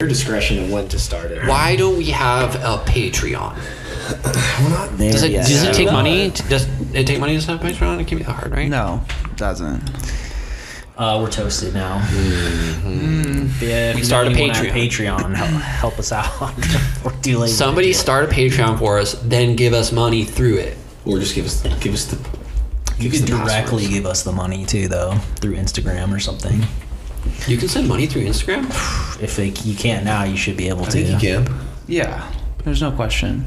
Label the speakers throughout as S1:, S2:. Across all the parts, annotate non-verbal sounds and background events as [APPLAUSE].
S1: your discretion of when to start it.
S2: Why don't we have a Patreon?
S1: We're not there
S2: Does it,
S1: yet.
S2: does it take money? To, does it take money to start a Patreon? It can be that hard, right?
S3: No, doesn't.
S4: Uh, we're toasted now.
S1: Mm-hmm.
S4: Yeah,
S2: We start a
S4: Patreon, help, help us out. [LAUGHS] we're too lazy.
S2: Somebody start a Patreon for us, then give us money through it.
S1: Or just give us give us the.
S4: you
S1: give us
S4: could
S1: the
S4: directly
S1: passwords.
S4: give us the money too, though, through Instagram or something.
S2: You can send money through Instagram.
S4: If they, you can't now, you should be able
S1: I
S4: to.
S1: think you can.
S3: Yeah, there's no question.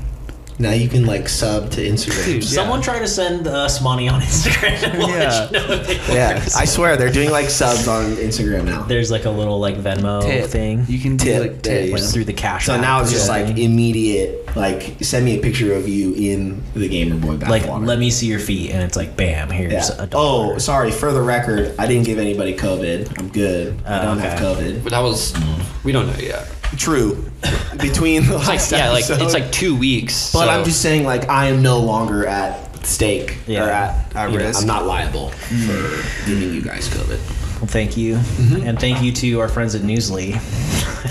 S1: Now you can like sub to Instagram.
S3: Dude.
S4: Someone
S3: Yeah.
S4: try to send us money on [LAUGHS] Instagram. and we'll let you know if it
S1: Yeah,
S4: works.
S1: I swear they're doing like subs on Instagram now.
S4: There's like a little like Venmo
S3: Tip.
S4: thing.
S3: You can do
S1: Tip,
S3: like
S1: there you
S3: tip.
S4: Like
S1: go.
S4: through the cash
S1: So
S4: app
S1: now it's
S4: or
S1: just like
S4: something.
S1: immediate. Like send me a picture of you in the Gamer Boy
S4: like
S1: backwater.
S4: let me see your feet, and it's like bam, here's
S1: Yeah.
S4: a dollar.
S1: Oh, sorry. For the record, I didn't give anybody COVID. I'm good. I
S4: Oh,
S1: don't
S4: okay.
S1: have COVID.
S2: But that was we don't know yet.
S1: True. [LAUGHS] Between the
S2: It's
S1: last
S2: like yeah, like
S1: episode-
S2: it's like two weeks.
S1: But
S2: so-
S1: I'm just saying, like, I am no longer at stake
S4: Yeah.
S1: or at,
S3: At
S1: you know,
S3: risk.
S1: I'm not liable for giving you guys COVID.
S4: Well, thank you, and thank you to our friends at Newsly.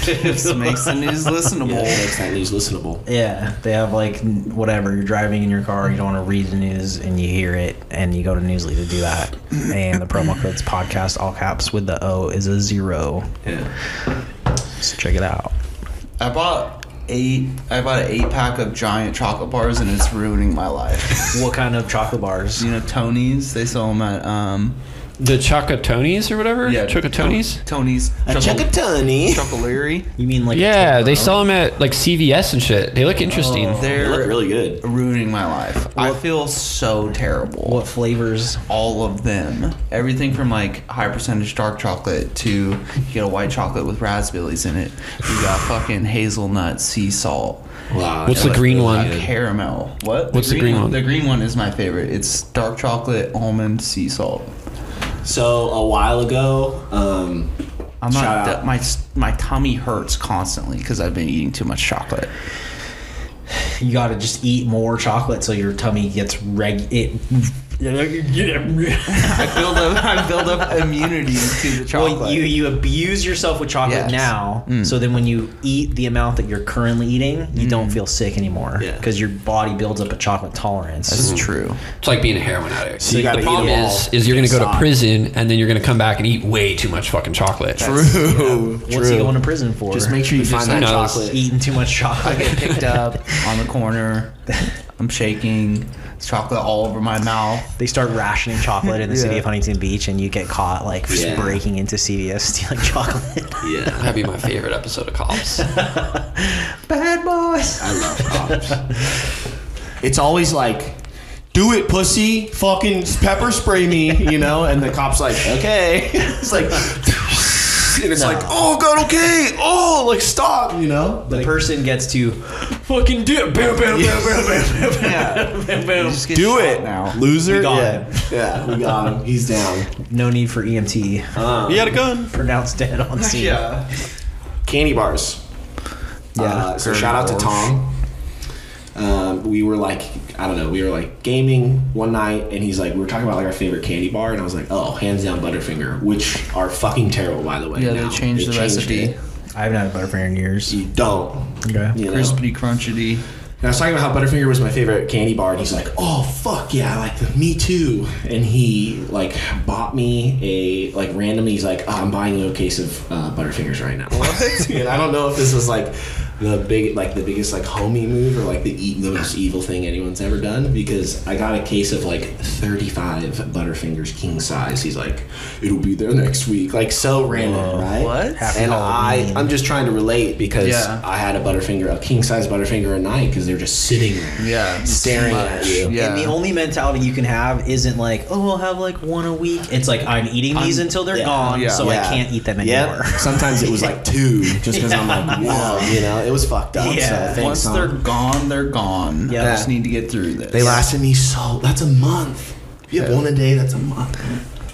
S3: This makes the
S1: [LAUGHS]
S3: news listenable.
S1: It makes that news listenable.
S4: [LAUGHS] Yeah, they have like n- whatever. You're driving in your car, you don't want to read the news, and you hear it, and you go to Newsly to do that. And the promo code's podcast, all caps with the O, is a zero.
S1: Yeah.
S4: So check it out.
S3: I bought eight. I bought an eight pack of giant chocolate bars, and it's ruining my life.
S1: [LAUGHS]
S4: What kind of chocolate bars?
S3: you know, Tony's. They sell them at um.
S2: the Chocotonies or whatever.
S3: Yeah,
S2: Chocotonies.
S3: Tony's.
S1: A
S3: Chocolate
S1: chuckatoni.
S3: Chocolatey.
S4: You mean like
S2: Yeah, they sell them at like CVS and shit. They look interesting.
S1: Oh, They
S3: They're
S1: look really good.
S3: ruining my life. I feel so terrible.
S4: what flavors?
S3: all of them. Everything from like high percentage dark chocolate to you get a white chocolate with raspberries in it. You got fucking hazelnut, sea salt, uh,
S1: Wow.
S2: What's
S1: that
S2: the
S1: looks
S2: green
S1: really
S2: one?
S1: good.
S3: caramel. What?
S2: What's the green one?
S3: The green one is my favorite. It's dark chocolate, almond, sea salt.
S1: So a while ago, um,
S3: I'm
S1: Shout
S3: not.
S1: out.
S3: that- my my tummy hurts constantly because I've been eating too much chocolate.
S4: You gotta just eat more chocolate so your tummy gets reg. It. [LAUGHS]
S3: I build up. I build up immunity to the chocolate.
S4: Well, you you abuse yourself with chocolate
S3: Yes.
S4: now,
S1: Mm.
S4: so then when you eat the amount that you're currently eating, you don't feel sick anymore
S1: Mm. Yeah.
S4: because your body builds up a chocolate tolerance.
S3: this is true.
S2: It's like being a heroin addict.
S1: you gotta
S2: the
S1: eat
S2: problem
S1: them all
S2: is, is you're gonna go to
S1: inside.
S2: prison and then you're gonna come back and eat way too much fucking chocolate.
S1: True.
S4: What's he going to prison for?
S1: Just make sure you find that
S2: knows.
S1: chocolate.
S4: eating too much chocolate.
S3: I get picked up on the corner. I'm shaking. It's chocolate all over my mouth.
S4: [LAUGHS] they start rationing chocolate in the city
S3: Yeah.
S4: of Huntington Beach, and you get caught like
S1: Yeah.
S4: breaking into
S1: [LAUGHS]
S4: CVS stealing chocolate.
S1: Yeah.
S2: That'd be my favorite episode of Cops.
S4: Bad boys.
S1: I love cops. it's always like, do it, pussy. Fucking pepper spray me, you know? And the cop's like, okay. [LAUGHS] it's like, and it's like, oh, God, okay. Oh, like, stop, you know?
S4: The
S1: Like,
S4: person gets to
S2: fucking do it. Bam, bam, bam, bam, bam, bam.
S3: Yeah. You just get
S1: do
S3: shot
S1: it
S3: now.
S1: Loser.
S4: We
S1: yeah.
S4: got
S1: yeah, we got him. He's down.
S4: no need for E [LAUGHS] EMT,
S2: He had a gun.
S4: pronounced dead on scene.
S3: Yeah.
S1: candy bars. Yeah. Uh, so
S3: Very
S1: shout out to
S3: large.
S1: Tom. Um, we were like, I don't know, we were like gaming one night, and he's like, we were talking about like our favorite candy bar, and I was like, oh, hands down Butterfinger, which are fucking terrible, by the way.
S3: Yeah,
S1: now.
S3: they changed the recipe.
S1: it.
S4: I haven't had a butterfinger in years.
S1: You don't.
S4: Okay.
S1: You know? And
S3: Crispity, crunchity.
S1: I was talking about how Butterfinger was my favorite candy bar, and he's like, oh fuck yeah, I like the me too. And he like bought me a like randomly. He's like, oh, I'm buying you a case of uh, Butterfingers right now. [LAUGHS] and I don't know if this was like the big like the biggest like homie move or like the, e- the most evil thing anyone's ever done because I got a case of like 35 Butterfingers king size. He's like, it'll be there next week. Like so random, right?
S3: what?
S4: Happy
S1: and I,
S4: Halloween.
S1: I'm just trying to relate because
S3: Yeah.
S1: I had a Butterfinger, a king size Butterfinger a night because they're just sitting there,
S3: Yeah.
S1: staring at you.
S3: Yeah.
S4: And the only mentality you can have isn't like, oh, I'll have like one a week. It's like I'm eating these until they're
S1: yeah,
S4: gone,
S3: yeah.
S4: so
S1: Yeah.
S4: I can't eat them
S1: Yep.
S4: anymore. [LAUGHS]
S1: [LAUGHS] Sometimes it was like two, just because I'm like, whoa, you know, it was fucked up.
S4: Yeah.
S1: So thanks,
S3: Once
S1: Tom.
S3: they're gone, they're gone.
S4: Yeah.
S3: I just need to get through this.
S1: They lasted me so. That's a month. If you have
S3: Yeah.
S1: one a day, that's a month.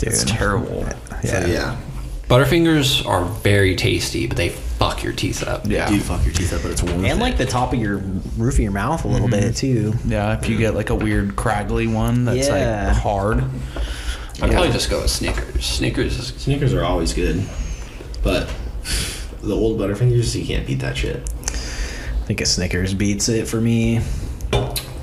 S3: It's terrible.
S1: Yeah. So, yeah.
S2: Butterfingers are very tasty, but they fuck your teeth up.
S3: Yeah.
S1: Do fuck your teeth up, but it's worth
S4: And
S1: it.
S4: like the top of your roof of your mouth a little bit too.
S3: Yeah. If you get like a weird craggly one that's
S4: Yeah.
S3: like hard.
S2: I'd probably just go with Snickers. Snickers is
S1: Snickers are always good, but the old Butterfingers, you can't beat that shit.
S4: I think a Snickers beats it for me.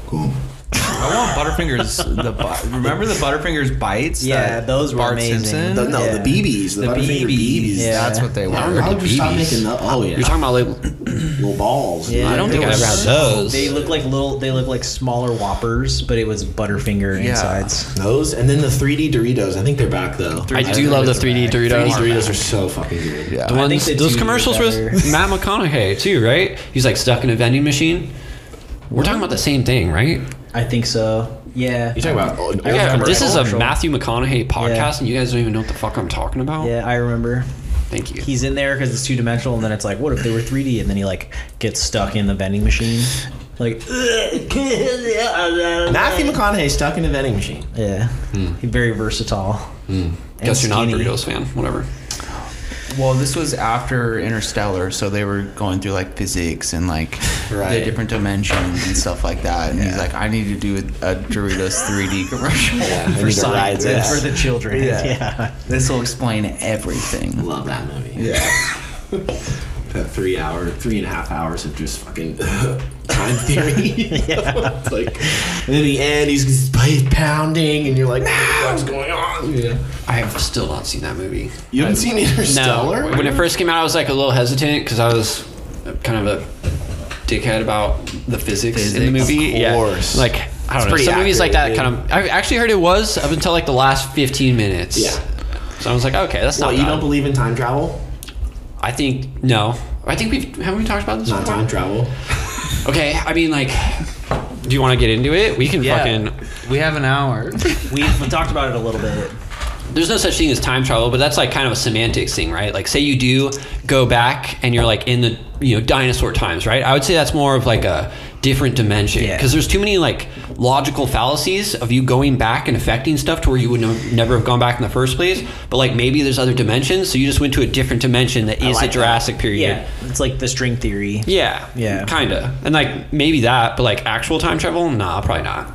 S1: Cool.
S3: I want Butterfingers. The bu- remember the Butterfingers bites?
S4: Yeah,
S3: that
S4: those were
S3: Bart
S4: amazing.
S3: Simpson?
S4: The-
S1: no,
S4: Yeah.
S1: the BBs, the,
S3: The
S1: Butterfinger BBs.
S3: BBs.
S4: Yeah.
S3: That's what they were.
S1: I
S2: remember
S1: remember
S2: the
S1: just stop
S2: BBs.
S1: making the, oh yeah,
S2: You're talking about like
S1: little balls.
S4: Yeah.
S2: I don't think I ever had those.
S4: They look like little. They look like smaller Whoppers, but it was Butterfinger
S3: Yeah.
S4: insides.
S1: Those and then the 3D Doritos. I think they're back though.
S2: I do love the 3D Doritos.
S1: 3D Doritos are so fucking good.
S3: Yeah.
S2: The
S3: I
S4: think
S2: ones,
S4: the
S2: those
S4: two
S2: commercials
S4: are
S2: with
S4: better.
S2: Matt McConaughey too, right? He's like stuck in a vending machine. We're talking about the same thing, right?
S4: I think so. Yeah.
S1: You talking about? old
S2: Yeah,
S1: commercials?
S2: this is a
S4: commercial.
S2: Matthew McConaughey podcast,
S4: Yeah.
S2: and you guys don't even know what the fuck I'm talking about.
S4: Yeah, I remember.
S2: Thank you.
S4: He's in there because it's two dimensional, and then it's like, what if they were 3D? And then he like gets stuck in the vending machine. Like,
S1: Matthew McConaughey stuck in a vending machine.
S4: yeah, he's very versatile.
S2: Guess you're not a
S4: skinny.
S2: Doritos fan. Whatever.
S3: Well, this was after Interstellar, so they were going through like physics and like
S1: Right.
S3: the different dimensions and stuff like that. And he's like, I need to do a, a Doritos 3D
S1: [LAUGHS]
S3: commercial.
S1: I
S4: for
S1: need to
S4: Sonic,
S1: ride this.
S4: for the children. Yeah.
S3: Yeah. This will explain everything.
S1: Love that movie. [LAUGHS] That three hour, three and a half hours of just fucking [LAUGHS] time theory. [LAUGHS] it's like, and in the end, he's, he's pounding, and you're like, nah, what's going on? Yeah.
S2: I have still not seen that movie.
S1: You haven't seen Interstellar?
S2: No. When it first came out, I was like a little hesitant because I was kind of a dickhead about the physics, in the
S3: Physics.
S2: movie.
S1: Of course.
S2: Yeah. Like I
S1: It's
S2: don't know.
S1: pretty
S2: Some movies like that
S1: accurate,
S2: kind of. I actually heard it was up until like the last 15 minutes.
S1: Yeah.
S2: So I was like, okay, that's
S1: What,
S2: not.
S1: you
S2: bad.
S1: don't believe in time travel?
S2: I think no. I think we've haven't we talked about this.
S1: Not
S2: before?
S1: time travel.
S2: Okay. I mean, like, do you want to get into it? We can fucking.
S3: We have an hour.
S4: We've talked about it a little bit.
S2: there's no such thing as time travel, but that's like kind of a semantics thing, right? Like, say you do go back and you're like in the you know dinosaur times, right? I would say that's more of like a different dimension
S4: Yeah.
S2: because there's too many like logical fallacies of you going back and affecting stuff to where you would have never have gone back in the first place. But like maybe there's other dimensions, so you just went to a different dimension that is
S4: like
S2: the
S4: that.
S2: Jurassic period.
S4: Yeah, it's like the string theory.
S2: Yeah,
S4: Yeah.
S2: kinda, and like maybe that, but like actual time travel, nah, probably not.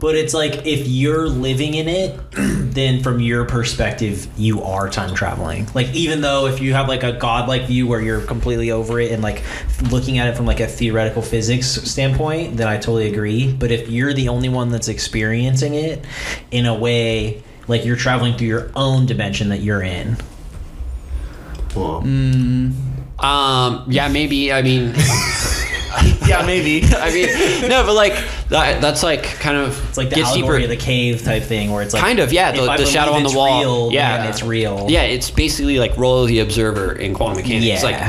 S4: But it's like if you're living in it, [CLEARS THROAT] then from your perspective, you are time traveling. Like even though if you have like a godlike view where you're completely over it and like looking at it from like a theoretical physics standpoint, then I totally agree. But if you're the only one that's experiencing it in a way like you're traveling through your own dimension that you're in.
S1: Well,
S2: Um, yeah, maybe. I
S4: [LAUGHS]
S2: mean.
S3: yeah, maybe.
S2: [LAUGHS] I mean, no, but like that, that's like kind of
S4: It's like the allegory of the cave type thing where it's like
S2: Kind of, yeah,
S4: if
S2: the-
S4: I
S2: the shadow
S4: believe
S2: on the
S4: it's
S2: wall.
S4: Real,
S2: Yeah.
S4: then it's real.
S2: yeah, it's basically like role of the observer in quantum mechanics.
S4: Yeah.
S2: It's like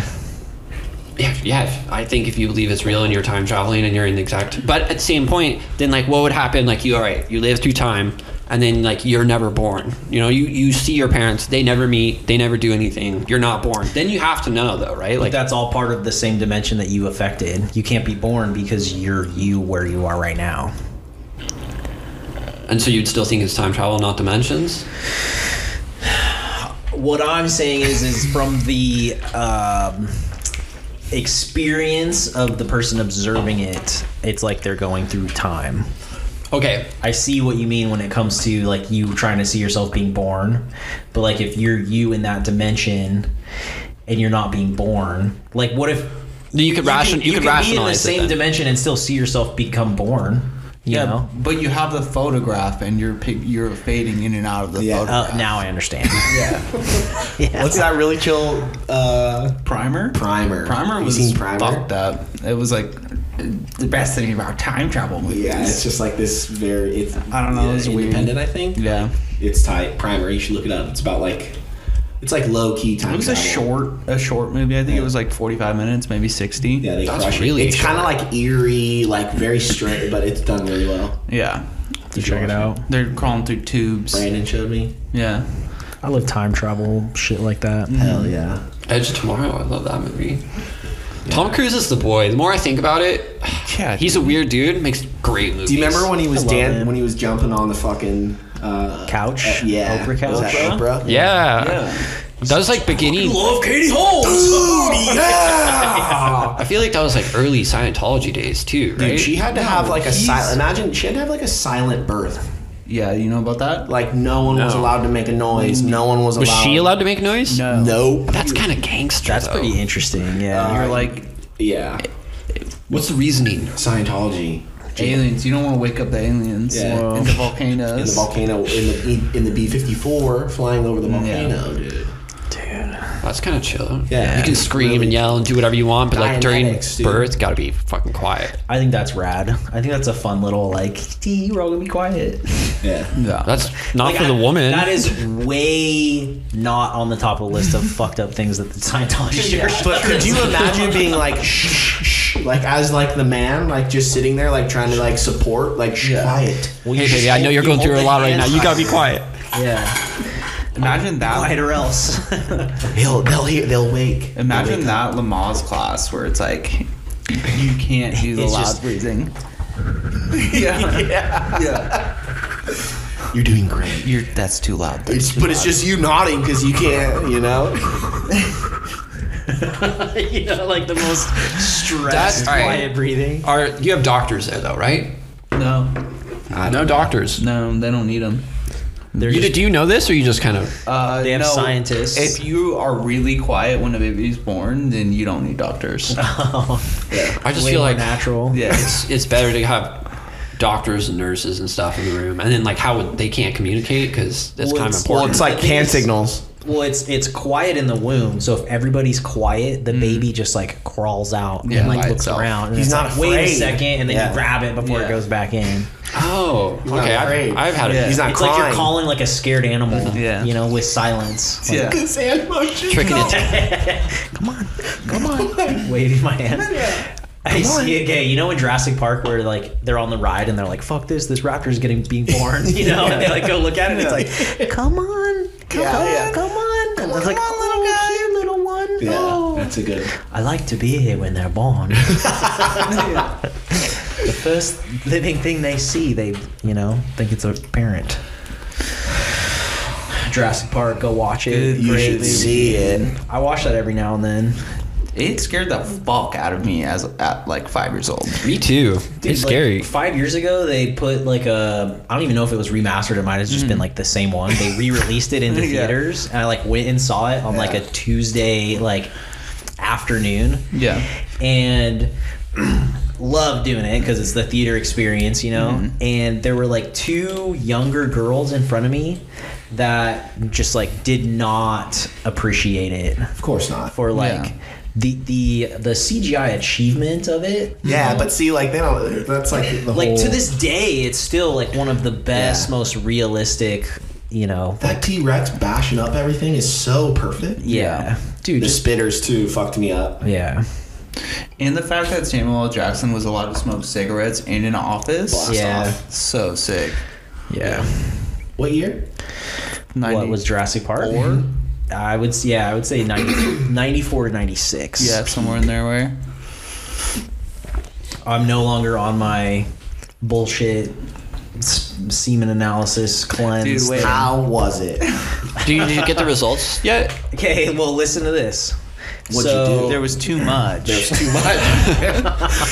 S2: yeah, yeah, I think if you believe it's real and you're time traveling and you're in the exact, but at the same point, then like what would happen? Like you, all right, you live through time, and then like you're never born. You know, you you see your parents, they never meet, they never do anything. You're not born. Then you have to know though, right? Like
S4: that's all part of the same dimension that you affected. You can't be born because you're you where you are right now.
S2: and so you'd still think it's time travel, not dimensions.
S4: What I'm saying is, is from the um, experience of the person observing it, it's like they're going through time.
S2: Okay,
S4: I see what you mean when it comes to like you trying to see yourself being born, but like if you're you in that dimension and you're not being born, like what if
S2: you could ration, you, could
S4: be in
S2: rationalize
S4: the
S2: it
S4: same
S2: then.
S4: dimension and still see yourself become born? You
S3: Yeah,
S4: know.
S3: but you have the photograph, and you're pic- you're fading in and out of the
S1: Yeah.
S3: photograph.
S4: Uh, now
S1: [LAUGHS]
S4: I understand. [LAUGHS]
S1: what's that really chill uh,
S3: Primer.
S1: primer?
S3: Primer
S1: You
S3: was
S1: seen Primer?
S3: fucked up. It was like the best thing about time travel movies.
S1: Yeah, it's just like this very. It's,
S3: I don't know,
S1: yeah,
S3: it's weird.
S1: independent. I think.
S3: Yeah.
S1: It's tight. Primer. You should look it up. It's about like. It's like low key time.
S3: It was a
S1: travel.
S3: short, a short movie. I think it was like 45 minutes, maybe 60.
S1: Yeah, they
S2: That's
S1: crush
S2: really
S1: it. It's kind
S2: short.
S1: of like eerie, like very straight, but it's done really well.
S3: Yeah.
S4: You check it out.
S3: They're crawling through tubes.
S1: Brandon showed me.
S3: Yeah.
S4: I love time travel shit like that.
S1: Hell yeah.
S2: Edge of Tomorrow. I love that movie. Tom Cruise is the boy. The more I think about it, [SIGHS]
S3: Yeah,
S2: he's a weird dude. Makes great movies.
S1: Do you remember when he was
S4: I love
S1: dan-
S4: him.
S1: when he was jumping on the fucking uh,
S4: Couch?
S1: uh, yeah,
S4: Oprah couch?
S1: Was that Oprah?
S2: Yeah. That was like beginning.
S1: Love Katie Holmes. Dude, yeah.
S2: [LAUGHS] I feel like that was like early Scientology days too, right?
S1: Dude, she had to have like a
S3: he's-
S1: silent. Imagine she had to have like a silent birth.
S3: Yeah, you know about that?
S1: Like no one was
S2: No.
S1: allowed to make a noise. No one was allowed.
S2: Was she allowed to make noise?
S3: No.
S1: Nope.
S2: That's kind of gangster.
S4: That's
S2: though.
S4: pretty interesting. Yeah.
S1: Uh,
S3: You're like
S1: Yeah.
S2: What's the reasoning?
S1: Scientology.
S3: aliens. You don't want to wake up the aliens
S1: Yeah.
S3: and the volcanoes.
S1: In the volcano, in the E- in the B fifty four, flying over the
S3: Yeah.
S1: volcano, dude.
S2: That's kind of chill.
S1: Yeah.
S2: you can scream and yell and do whatever you want, but like during
S1: Dianetics, dude.
S2: birth, gotta be fucking quiet.
S4: I think that's rad. I think that's a fun little like. "Tee, You're all gonna be quiet.
S1: Yeah.
S3: yeah.
S2: That's not
S4: [LAUGHS] Like,
S2: for
S4: I-
S2: the woman.
S4: That is way not on the top of the list of [LAUGHS] fucked up things that the Scientology Church.
S1: But could
S4: [LAUGHS]
S1: you imagine being like shh, shh, shh, like as like the man, like just sitting there, like trying to like support, like shh, quiet.
S2: [LAUGHS] Hey, baby, I know you're going through a lot right now. You gotta be quiet.
S4: Yeah.
S3: Imagine
S4: Quiet
S3: that.
S4: or [LAUGHS] else.
S1: He'll they'll hear they'll wake.
S3: Imagine that Lamaze class where it's like you can't do the
S4: It's
S3: loud
S1: [LAUGHS]
S4: just-
S3: breathing. yeah. yeah. Yeah.
S1: You're doing great.
S3: [LAUGHS] You're that's too loud.
S1: It's, but it's just you nodding because you can't, you know.
S4: [LAUGHS] you know, like the most
S2: That's-
S4: stressed,
S2: all right.
S4: quiet breathing.
S2: Are you have doctors there though, right?
S3: No.
S2: No doctors.
S3: No, they don't need them.
S4: They're
S2: You,
S4: just-
S2: do you know this, or you just kind of?
S3: Uh,
S4: They have
S3: no,
S4: scientists.
S3: If you are really quiet when a baby's born, then you don't
S4: [LAUGHS]
S3: need doctors.
S4: Oh
S2: I just
S4: way
S2: feel
S4: more
S2: like
S4: natural.
S3: yeah.
S2: it's it's better to have doctors and nurses and stuff in the room, and then like how would- they can't communicate because that's
S4: Well,
S2: kind of
S4: it's-
S2: important.
S4: it's like hand
S1: signals.
S4: Well, it's it's quiet in the womb, so if everybody's quiet, the baby just like crawls out
S3: Yeah,
S4: and like
S3: by
S4: looks
S3: itself.
S4: around. And
S1: He's
S4: it's
S1: not
S4: like, Wait a
S1: afraid."
S4: second, and then
S1: Yeah.
S4: you grab it before
S3: Yeah.
S4: it goes back in.
S2: oh,
S1: not
S2: okay. I've,
S1: afraid.
S2: I've had
S3: Yeah.
S2: a
S1: He's not
S4: It's
S1: crying.
S4: like you're calling like a scared animal.
S3: Yeah.
S4: You know, with silence. Like, [LAUGHS]
S3: Yeah.
S2: tricking it.
S4: Come on, come on. Waving my hand. I see it. Okay, you know in Jurassic Park where like they're on the ride and they're like, "Fuck this! This raptor's getting being born," [LAUGHS] you know? And they like go look at it. and It's like, "Come on, come
S1: Yeah,
S4: on,
S1: yeah.
S4: come on!" And it's like,
S1: come on, little
S4: "Oh, here, little one."
S1: Yeah,
S4: Oh.
S1: that's a good.
S4: I like to be here when they're
S1: [LAUGHS]
S4: born. the first living thing they see, they, you know, think it's a parent. [SIGHS] Jurassic Park, go watch it.
S1: You
S4: Great
S1: should
S4: movie.
S1: see it.
S4: I watch that every now and then.
S3: It scared the fuck out of me as at like five years old.
S2: Me too. it's
S4: Like,
S2: scary.
S4: [LAUGHS] Five years ago, they put like a. I don't even know if it was remastered. It might have just been like the same one. They re-released it into
S3: Mm. [LAUGHS] Yeah.
S4: theaters, and I like went and saw it on like a Tuesday like afternoon.
S3: Yeah.
S4: and [CLEARS THROAT] love doing it because it's the theater experience, you know.
S3: Mm-hmm.
S4: And there were like two younger girls in front of me that just like did not appreciate it
S1: Of course not.
S4: for like
S3: Yeah.
S4: the the the CGI achievement of it.
S1: Yeah, but see, like they don't. That's like the
S4: Like
S1: whole,
S4: to this day, it's still like one of the best,
S1: Yeah.
S4: most realistic, you know.
S1: That T Rex bashing up everything is so perfect.
S4: Yeah, dude.
S1: The
S4: Just,
S1: spitters too fucked me up.
S4: yeah,
S3: And the fact that Samuel L. Jackson was allowed to smoke cigarettes in an office.
S1: Blast
S4: Yeah.
S1: off.
S3: So sick.
S4: yeah.
S1: What year?
S3: 90
S4: What was Jurassic Park?
S3: Four?
S4: I would s- yeah, I would say [COUGHS] 90, 94 to ninety six.
S3: Yeah, somewhere in there where.
S4: I'm no longer on my bullshit s- semen analysis cleanse.
S3: Dude, wait.
S1: How was it?
S2: Do you, did you get the results yet?
S4: Okay, well, listen to this.
S1: What'd
S4: so,
S1: you do?
S3: There was too much. [LAUGHS]
S1: There's too much.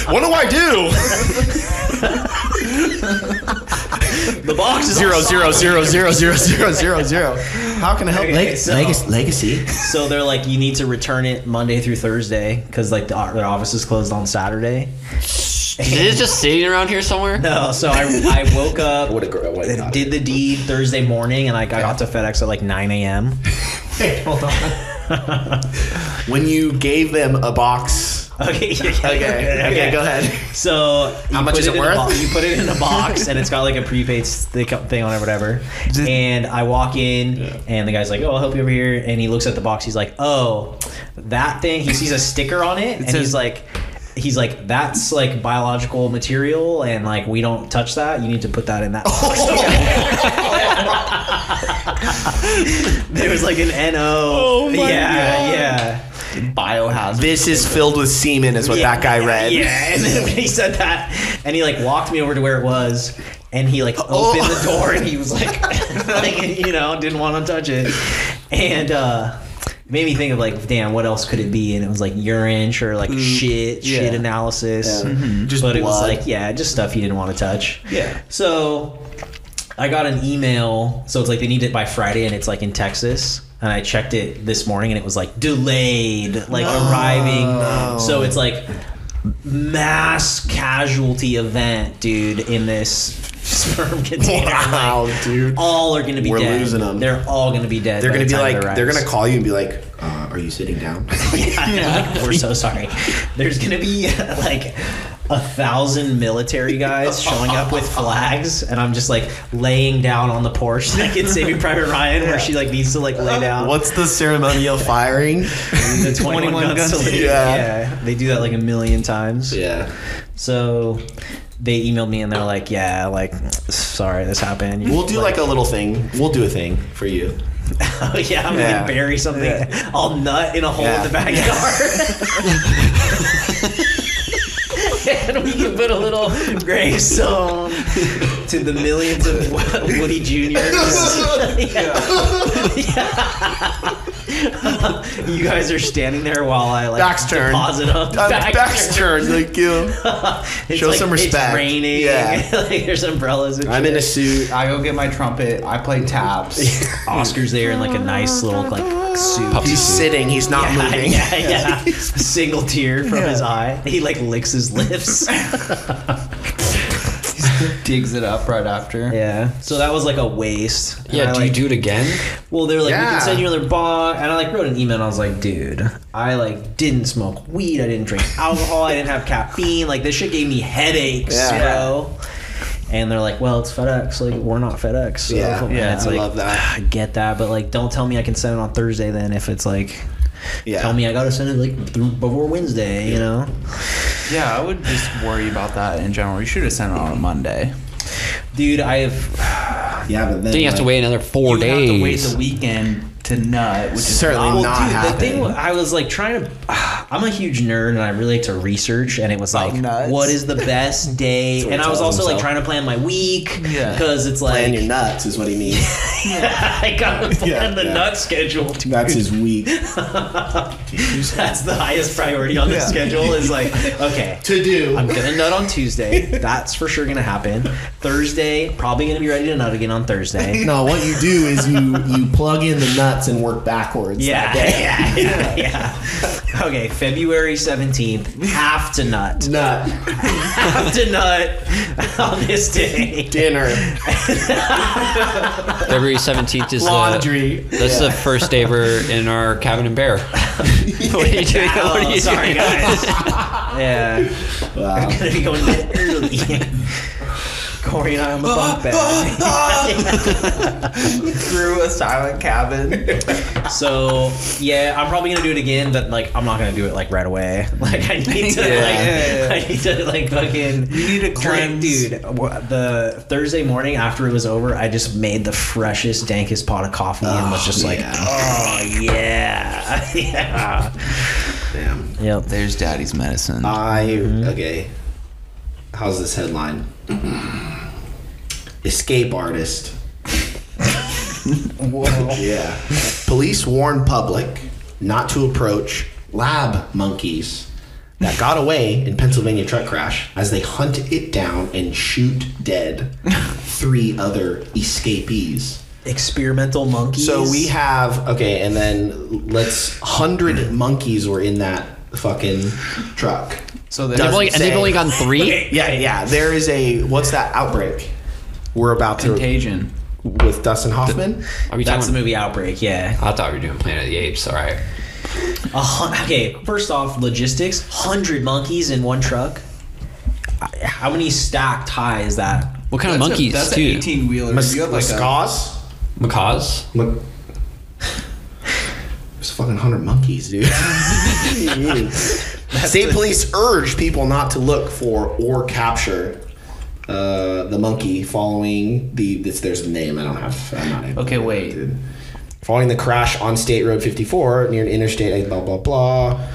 S1: what do I do?
S4: The box is
S1: Zero
S4: all
S1: zero zero zero zero zero zero zero. How can I help?
S4: Okay,
S1: Leg-
S4: so-
S1: legacy- legacy.
S4: So they're like, you need to return it Monday through Thursday because like the, their office is closed on Saturday.
S2: Is it just sitting around here somewhere?
S4: No, [LAUGHS] so I, I woke up,
S1: What a gr- what a-
S4: did the deed Thursday morning, and like I got to FedEx at like 9 a.m.
S1: Hey, hold on. when you gave them a box.
S4: [LAUGHS] Okay, [LAUGHS] yeah,
S1: Okay. Okay. Go ahead.
S4: So how
S1: much is it worth?
S4: you put it in a box, and it's got like a prepaid stick up thing on it, whatever. and I walk in, and the guy's like, "Oh, I'll help you over here." And he looks at the box. He's like, "Oh, that thing." He sees a sticker on it, and
S3: says-
S4: he's like. He's like, that's like biological material, and like we don't touch that. You need to put that in that. box." [LAUGHS] there was like an NO. Oh
S1: my
S4: yeah,
S1: God.
S4: yeah.
S3: Biohazard.
S1: This is filled with semen, is what
S4: Yeah.
S1: that guy read.
S4: Yeah, and then he said that, and he like walked me over to where it was, and he like opened
S1: Oh.
S4: the door, and he was like, [LAUGHS] like you know, didn't want to touch it, and uh, it made me think of like, damn, what else could it be? And it was like urine or like shit, shit
S3: Yeah.
S1: Mm.
S4: analysis,
S1: Yeah. Mhm. Just
S4: but it was
S1: blood.
S4: like yeah, just stuff you didn't want to touch.
S3: Yeah.
S4: So I got an email, so it's like they need it by Friday, and it's like in Texas. And I checked it this morning, and it was like delayed, like arriving. So it's like mass casualty event, dude, in this [LAUGHS] sperm container.
S1: Wow,
S4: Like,
S1: dude.
S4: all are gonna be
S1: We're
S4: dead.
S1: losing 'em.
S4: They're all gonna be dead.
S1: They're
S4: by
S1: gonna
S4: the
S1: be
S4: time it
S1: like, they're
S4: arrives.
S1: gonna call you and be like, uh, "Are you sitting down?"
S4: Like, [LAUGHS] we're so sorry. There's gonna be [LAUGHS] like a thousand military guys showing up with flags, and I'm just like laying down on the porch, [LAUGHS] like in Saving Private Ryan, where she like needs to like lay down.
S1: [LAUGHS] What's the ceremonial firing?
S4: the 21,
S3: 21
S4: guns?
S3: guns.
S4: salute.
S1: Yeah.
S4: yeah, they do that like a million times.
S1: [LAUGHS] yeah.
S4: So they emailed me and they're like, "Yeah, like sorry, this happened."
S1: We'll do like a little thing. We'll do a thing for you.
S4: oh [LAUGHS] yeah, I'm
S1: Yeah.
S4: gonna bury something
S1: Yeah.
S4: all nut in a hole
S1: Yeah.
S4: in the backyard. [LAUGHS] and we can put a little gravestone to the millions of [LAUGHS] Wo- Woody Juniors. [LAUGHS] Yeah. [LAUGHS] you guys are standing there while I like
S1: Back's turned.
S4: deposit them.
S1: Uh,
S4: Back
S1: Baxter, thank you.
S4: [LAUGHS] It's
S1: Show some respect.
S4: It's raining.
S1: Yeah.
S4: [LAUGHS] like there's umbrellas. And
S1: I'm in a suit.
S3: I go get my trumpet. I play taps.
S4: Oscar's there in like a nice little like suit.
S1: He's sitting. He's not
S4: Yeah, [LAUGHS]
S1: moving.
S4: yeah, yeah. A single tear from his eye. He like licks his
S1: [LAUGHS]
S4: lips.
S3: digs it up right after.
S4: yeah. So that was like a waste. And
S2: Yeah,
S4: I,
S2: do
S4: like,
S2: you do it again?
S4: Well, they were like, we
S1: Yeah.
S4: can send you another bong. And I like wrote an email and I was like, dude, I like didn't smoke weed. I didn't drink [LAUGHS] alcohol. I didn't have caffeine. Like this shit gave me headaches,
S1: Yeah.
S4: bro. And they're like, well, it's FedEx. Like we're not FedEx. So
S1: Yeah,
S4: and
S3: yeah,
S4: it's
S1: I
S4: like,
S1: love that.
S4: I get that, but like, don't tell me I can send it on Thursday then if it's like.
S1: Yeah.
S4: Tell me I gotta send it like through before Wednesday, you know.
S3: Yeah, I would just worry about that in general. You should have sent it on a Monday.
S4: Dude, I have
S1: Yeah, but
S2: Then you have to wait another four
S3: you
S2: days.
S3: have to wait the weekend to nut, which [LAUGHS] is
S1: Certainly
S3: not-
S1: not
S4: oh, the thing
S1: happen.
S4: wa- I was like trying to. [SIGHS] I'm a huge nerd and I relate to research, and it was like,
S3: nuts.
S4: what is
S1: [LAUGHS]
S4: the best day?
S1: what he
S4: and I was
S1: tells
S4: also like
S1: himself.
S4: trying to plan my week
S3: Yeah.
S4: because it's like
S1: Plan your nuts is what he means.
S4: [LAUGHS] I got to
S1: [LAUGHS]
S4: plan
S1: Yeah,
S4: the
S1: yeah.
S4: nut schedule.
S1: [LAUGHS]
S4: dude.
S1: That's his week.
S4: That's the highest priority on the
S3: Yeah.
S4: schedule.
S1: [LAUGHS]
S4: Is like, okay,
S1: to do.
S4: I'm gonna nut on Tuesday. That's for sure gonna happen. Thursday, probably gonna be ready to nut again on
S1: [LAUGHS]
S4: Thursday.
S1: no, what you do is you you plug in the nuts and work backwards.
S4: Yeah,
S1: that [LAUGHS] day.
S4: yeah, yeah, [LAUGHS] yeah. Okay, February 17th, have to nut.
S1: Nut
S4: have to nut on this [LAUGHS] day.
S1: dinner
S2: February
S1: [LAUGHS]
S2: seventeenth is
S1: laundry.
S2: the. That's
S1: Yeah.
S2: the first day we're in our cabin
S1: [LAUGHS]
S2: and bear. [LAUGHS] what are you doing?
S4: Yeah,
S2: what are
S4: [LAUGHS] oh,
S2: you
S4: sorry,
S2: doing?
S4: guys. yeah,
S1: Wow.
S4: gonna be going to bed early. Corey and I on the [LAUGHS] bunk bed.
S3: through a silent cabin.
S4: so yeah, I'm probably gonna do it again, but like I'm not gonna do it like right away. [LAUGHS] Like I need to
S3: Yeah.
S4: like
S3: Yeah, yeah, yeah.
S4: I need to like fucking.
S3: You need a
S4: Drink,
S3: cleanse.
S4: dude. wha- The Thursday morning after it was over, I just made the freshest, dankest pot of coffee and was just like,
S1: yeah.
S4: "Oh yeah, [LAUGHS] yeah."
S1: Damn.
S4: Yep.
S3: There's daddy's medicine.
S1: I okay. How's this headline? [CLEARS THROAT] Escape artist. Yeah. Police warn public not to approach lab monkeys that got away in Pennsylvania truck crash as they hunt it down and shoot dead three other escapees.
S4: experimental monkeys.
S1: So we have okay, and then let's hundred monkeys were in that fucking truck.
S3: So they-
S1: Doesn't
S2: They've only, and they've
S1: say.
S2: only gotten three.
S1: yeah, yeah. There is a what's that outbreak? We're about to
S3: Contagion.
S1: with Dustin Hoffman.
S2: Are we
S4: That's the
S2: talking?
S4: movie Outbreak, yeah.
S2: I thought we were doing Planet of the Apes. All right.
S4: A hun- okay, first off, logistics: hundred monkeys in one truck. I- How many stacked high is that?
S2: What kind
S3: That's
S2: of monkeys
S3: A, that's
S2: too?
S3: an 18 wheeler.
S1: Mas-
S3: you have like a,
S1: Mascaz?
S2: Macaws.
S1: Look. There's fucking 100 monkeys, [LAUGHS] dude. State police urge people not to look for or capture uh, the monkey following the. This, there's a name. I don't have. I'm not able
S3: Okay,
S1: to-
S3: wait.
S1: Following the crash on State Road 54 near an interstate, blah, blah, blah.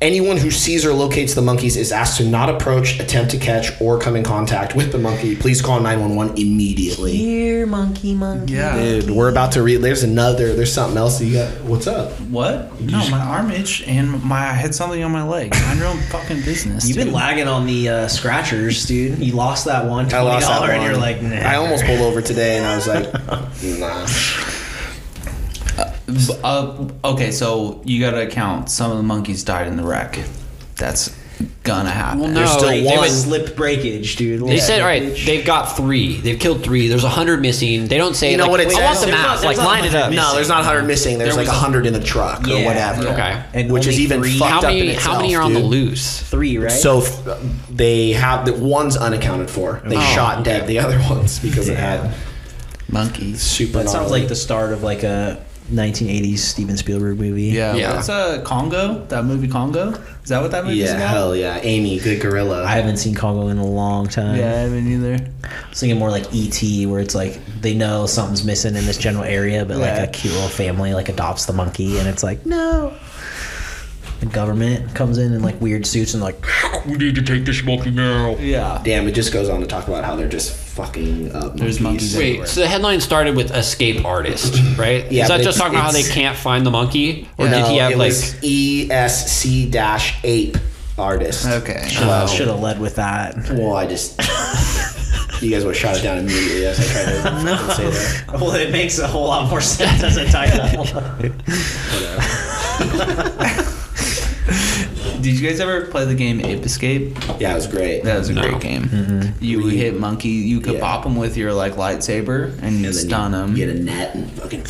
S1: Anyone who sees or locates the monkeys is asked to not approach, attempt to catch, or come in contact with the monkey. Please call 911 immediately.
S4: Here, monkey, monkey.
S3: Yeah.
S1: Dude, we're about to read. There's another. There's something else that you got. What's up?
S3: What? No, my arm itched and my I had something on my leg. Mind your own fucking business.
S4: You've been
S3: dude.
S4: lagging on the uh, scratchers, dude. You lost that one
S1: I
S4: twenty
S1: lost that
S4: dollar, and you're
S1: one.
S4: like, nah.
S1: I almost pulled over today, and I was like, nah.
S3: Uh, okay, so you gotta count. Some of the monkeys died in the wreck. That's gonna happen.
S2: Well, no,
S1: still
S2: Oh, they
S1: one.
S2: would-
S4: was slip breakage, dude.
S2: They said, all right, they've got three. They've killed three. There's a hundred missing. They don't say,
S1: You know
S2: like,
S1: what it
S2: I want
S1: says?
S2: the
S1: There's
S2: map.
S4: not-
S2: Like,
S4: there's not
S2: line it up.
S1: No, there's not 100 missing. There's
S2: There
S1: like
S2: was a-
S1: 100 in the truck or
S4: Yeah,
S1: whatever.
S2: Okay.
S4: And
S1: Which is
S4: only
S1: even
S4: three-
S1: fucked
S2: How
S1: up in
S2: many,
S1: itself,
S2: how many are on
S1: dude.
S2: the loose?
S4: three, right?
S1: So f- they have the one's unaccounted for. They shot dead the other [LAUGHS] ones because it had
S3: monkeys.
S1: super.
S4: that sounds
S1: gnarly-
S4: like the start of like a 1980s Steven Spielberg movie.
S3: Yeah,
S2: Yeah.
S3: that's a Congo. That movie Congo. Is that what that movie is
S1: yeah,
S3: about?
S1: hell yeah, Amy, good gorilla.
S4: I haven't seen Congo in a long time.
S3: Yeah, I haven't either.
S4: I was thinking more like ET, where it's like they know something's missing in this general area, but
S3: Yeah.
S4: like a cute little family like adopts the monkey, and it's like no. The government comes in in like weird suits and like
S5: We need to take this monkey now.
S3: Yeah.
S1: Damn, it just goes on to talk about how they're just fucking up.
S3: There's monkeys
S2: Wait,
S3: everywhere.
S2: so the headline started with escape artist, right?
S1: Yeah,
S2: Is that
S1: but it's-
S2: just talking about how they
S1: it's-
S2: can't find the monkey? Or
S1: No,
S2: did he have,
S1: it
S2: like,
S1: was ESC dash ape artist. Um,
S3: Okay.
S4: should have led with that.
S1: Well, I just you guys would have shot it down immediately as I tried to fucking say that.
S4: Well, it makes a whole lot more sense as a title. [LAUGHS]
S3: Did you guys ever play the game Ape Escape?
S1: Yeah, it was great.
S3: That was a
S2: No.
S3: great game.
S2: Mm-hmm.
S3: You would hit monkey. You could
S1: Yeah.
S3: pop him with your like lightsaber and
S1: And
S3: you'd
S1: then
S3: stun
S1: you
S3: him.
S1: Get a net and fucking.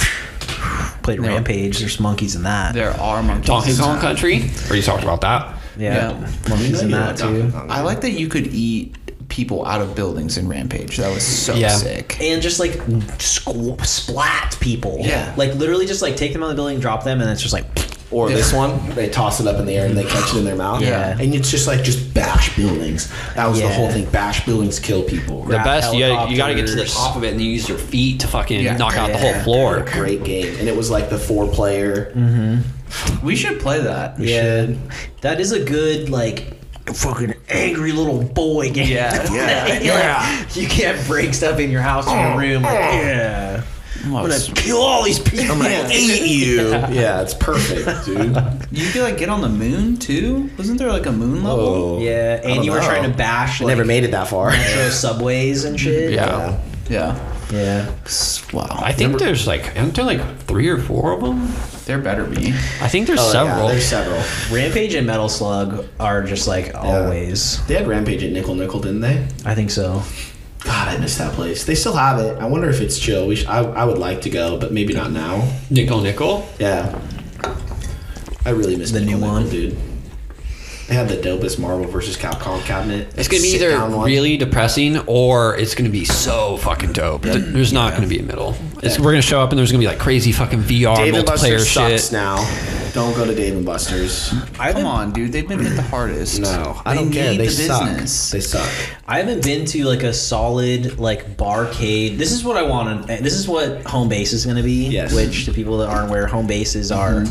S4: Played Rampage. There's monkeys in that.
S3: There are monkeys.
S2: Donkey Kong Country? Or you talked about that?
S4: Yeah,
S3: Yeah.
S4: monkeys in
S1: You know,
S4: that
S1: Donkey
S4: too.
S1: Kong.
S3: I like that you could eat people out of buildings in Rampage. That was so
S2: Yeah.
S3: sick.
S4: And just like squ- splat people.
S3: Yeah.
S4: Like literally just like take them out of the building, drop them, and it's just like.
S1: Or this one, they toss it up in the air and they catch it in their mouth.
S4: Yeah.
S1: And it's just like, just bash buildings. That was the
S4: Yeah.
S1: whole thing. Bash buildings kill people.
S2: The best, you gotta, you gotta get to the
S4: helicopters.
S2: top of it and you use your feet to fucking
S3: Yeah.
S2: knock out the
S4: Yeah.
S2: whole floor.
S1: Great game. And it was like the four player.
S3: We should play that.
S4: yeah. That is a good like. Fucking angry little boy game. [LAUGHS]
S3: Yeah. Yeah.
S4: yeah. you can't break stuff in your house or your room. Like, yeah.
S3: Well,
S4: I'm gonna
S3: it's-
S4: kill all these
S1: Oh
S4: people. [LAUGHS]
S1: Eat you. Yeah, it's perfect, dude.
S3: [LAUGHS] You could like get on the moon too. Wasn't there like a moon level?
S1: Oh.
S4: Yeah, and
S1: don't
S4: you were
S1: know.
S4: trying to bash
S1: I
S4: like
S1: never made it that far.
S4: metro subways and shit.
S2: Yeah.
S3: Yeah.
S4: yeah.
S3: Wow.
S2: I think there's like, aren't there like three or four of them?
S3: There better be.
S2: I think there's
S1: Oh, yeah,
S2: several.
S1: there's several.
S4: Rampage and Metal Slug are just like always.
S1: They had Rampage at Nickel Nickel, didn't they?
S4: I think so.
S1: God, I miss that place. They still have it. I wonder if it's chill. We sh- I, I would like to go, but maybe not now.
S2: Nickel Nickel?
S1: Yeah. I really miss
S4: The
S1: Nickel
S4: new
S1: Nickel,
S4: one?
S1: dude. They had the dopest Marvel versus Capcom cabinet.
S2: It's gonna be either
S1: Sit-down one.
S2: really depressing or it's gonna be so fucking dope. Th- There's not gonna be a middle. It's, we're gonna show up and there's gonna be like crazy fucking VR
S1: Dave and
S2: multiplayer
S1: Buster's
S2: shit.
S1: sucks now. Don't go to Dave and Buster's.
S3: Come on, dude. They've been hit the hardest.
S1: No, I don't care.
S3: need
S1: They
S3: the
S1: suck.
S3: business.
S1: They suck.
S4: I haven't been to like a solid like barcade. This is what I want. to This is what home base is going to be.
S1: Yes. Mm-hmm.
S4: Which the people that aren't aware, home bases are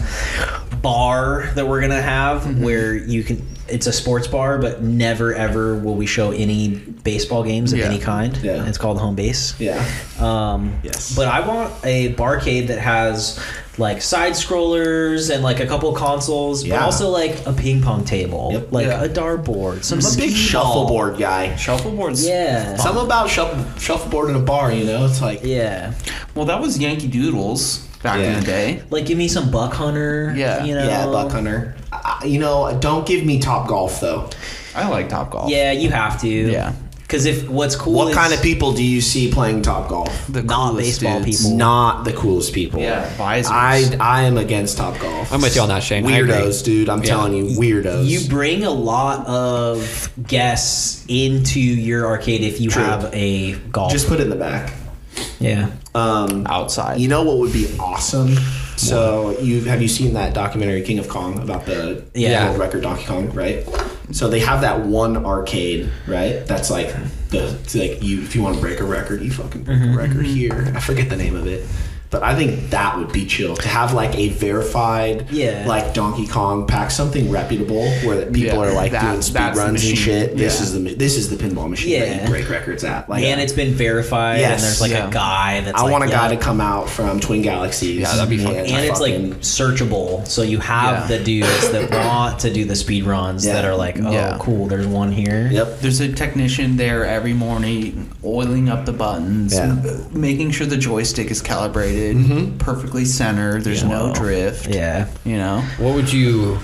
S4: bar that we're going to have where you can. It's a sports bar, but never ever will we show any baseball games of
S3: Yeah.
S4: any kind.
S1: Yeah.
S4: It's called home base.
S1: Yeah.
S4: Um,
S1: Yes.
S4: But I want a barcade that has like side scrollers and like a couple consoles, but
S1: Yeah.
S4: also like a ping pong table,
S1: Yep.
S4: like
S3: Yeah.
S4: a dartboard, some
S1: I'm a big
S4: skee ball.
S1: shuffleboard guy.
S3: Shuffleboards.
S4: Yeah.
S1: Something about shuffle, shuffleboard in a bar, you know? It's like,
S4: Yeah.
S3: Well, that was Yankee Doodles back in
S1: Yeah.
S3: the day.
S4: Like give me some buck hunter.
S3: Yeah.
S4: You know.
S1: yeah, Buck Hunter. Uh, you know, don't give me Top Golf, though.
S3: I like Top Golf.
S4: Yeah, you have to.
S3: Yeah.
S4: Cause if what's cool
S1: What
S4: is
S1: kind of people do you see playing Top Golf?
S3: The
S4: not
S3: coolest
S4: baseball
S3: dudes.
S4: people.
S1: Not the coolest people.
S3: Yeah, visors.
S1: I I am against Top Golf.
S2: I'm with you on that, Shane. I agree.
S1: Weirdos, dude. I'm telling you, weirdos.
S4: you bring a lot of guests into your arcade if you have a golf.
S1: just put it in the back.
S4: yeah.
S1: Um,
S3: Outside.
S1: you know what would be awesome? So you have you seen that documentary King of Kong about the
S4: Yeah.
S1: world record Donkey Kong, right? So they have that one arcade, right? That's like
S4: Mm-hmm.
S1: the it's like you if you want to break a record, you fucking break a record here. I forget the name of it. But I think that would be chill to have like a verified,
S4: Yeah.
S1: like Donkey Kong pack, something reputable where that people
S3: Yeah,
S1: are like
S3: that-
S1: doing speed
S3: that's the
S1: runs and
S3: machine.
S1: shit. This
S4: Yeah.
S1: is the ma- this is the pinball machine that
S4: Yeah.
S1: you break records at. Like,
S4: and it's been verified,
S1: Yes,
S4: and there's like
S3: yeah.
S4: a guy that's.
S1: I
S4: like,
S1: want a
S4: yeah.
S1: guy to come out from Twin Galaxies.
S2: Yeah, that'd be fun.
S4: And it's like searchable, so you have
S3: Yeah.
S4: the dudes that
S1: [COUGHS]
S4: want to do the speed runs that
S1: Yeah.
S4: are like, oh,
S3: Yeah.
S4: cool. There's one here.
S1: yep.
S3: There's a technician there every morning, oiling up the buttons,
S1: Yeah.
S3: m- making sure the joystick is calibrated, perfectly centered. There's no drift.
S4: Mm-hmm. Yeah.
S3: You know,
S2: What would you?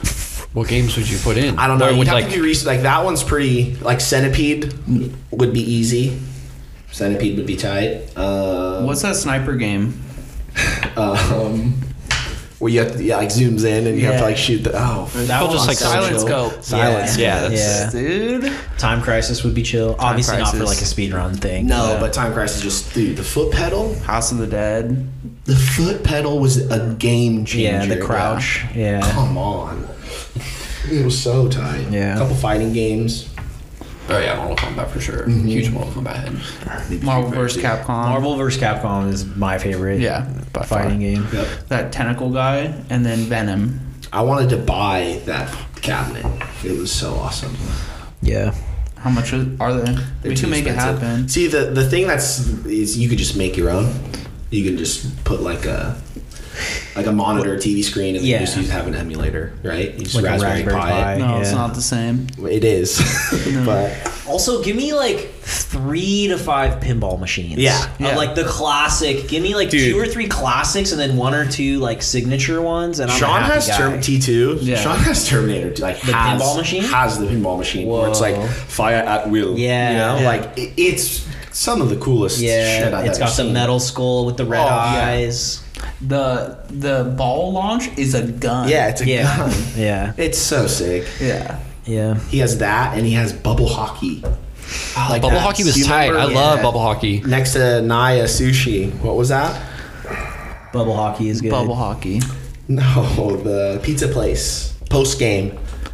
S2: What games would you put in?
S1: I don't know.
S2: Or
S1: You'd
S2: would,
S1: have
S2: like,
S1: to do research. Like that one's pretty. Like centipede would be easy. Centipede would be tight. Uh,
S3: what's that sniper game?
S1: um, where you have to yeah, like zooms in and you have to
S4: Yeah.
S1: like shoot the oh
S4: That
S2: Well,
S4: was
S2: just like
S3: Silent Scope.
S1: silence.
S2: yeah, that's,
S4: Yeah.
S3: Dude,
S4: Time Crisis would be chill. Obviously not for
S3: Crisis.
S4: like a speed run thing.
S1: No,
S4: Yeah.
S1: but Time Crisis just dude the foot pedal.
S3: House of the Dead.
S1: The foot pedal was a game changer.
S4: yeah, the crouch. Yeah.
S1: Come on, it was so tight.
S4: Yeah.
S1: couple fighting games.
S2: Oh yeah, Mm-hmm. Mortal Kombat for sure. Huge Mortal Kombat head.
S3: Marvel vs. Capcom.
S4: Marvel vs. Capcom is my favorite.
S3: Yeah, by far.
S4: fighting game.
S1: Yep.
S3: That tentacle guy, and then Venom.
S1: I wanted to buy that cabinet. It was so awesome.
S4: Yeah.
S3: How much are are they?
S1: They're
S3: we
S1: too
S3: can make
S1: expensive.
S3: it happen.
S1: See the the thing that's is you could just make your own. You can just put like a like a monitor TV screen and then
S4: Yeah.
S1: you just use, have an emulator, right? You just
S4: Like a
S1: Raspberry,
S4: Raspberry
S1: Pi.
S4: Pi.
S3: No, it's
S4: Yeah.
S3: not the same.
S1: It is, [LAUGHS] but
S4: Also, give me like three to five pinball machines.
S1: Yeah.
S4: Of,
S3: Yeah.
S4: like the classic. Give me like
S2: Dude.
S4: two or three classics, and then one or two like signature ones. And I'm
S1: Sean has Term
S4: term.
S1: T two.
S3: Yeah.
S1: Sean has Terminator. two, Like the has,
S4: pinball machine?
S1: has the pinball machine where it's like
S4: Whoa.
S1: fire at will.
S4: Yeah.
S1: you know,
S4: Yeah.
S1: like it, it's some of the coolest
S4: yeah,
S1: shit I've
S4: it's
S1: ever
S4: got the
S1: seen.
S4: metal skull with the red
S1: Oh, yeah.
S4: eyes.
S3: The the ball launch is a gun.
S1: Yeah, it's a
S4: Yeah.
S1: gun.
S4: Yeah,
S1: It's so sick.
S3: Yeah.
S4: yeah.
S1: He has that, and he has bubble hockey. Like
S2: Oh, bubble
S1: that.
S2: hockey was
S1: You
S2: tight.
S1: remember-
S2: I love
S1: Yeah.
S2: bubble hockey.
S1: next to Naya Sushi. What was that? [LAUGHS]
S4: Bubble hockey is good.
S3: Bubble hockey.
S1: No, the pizza place. Post game.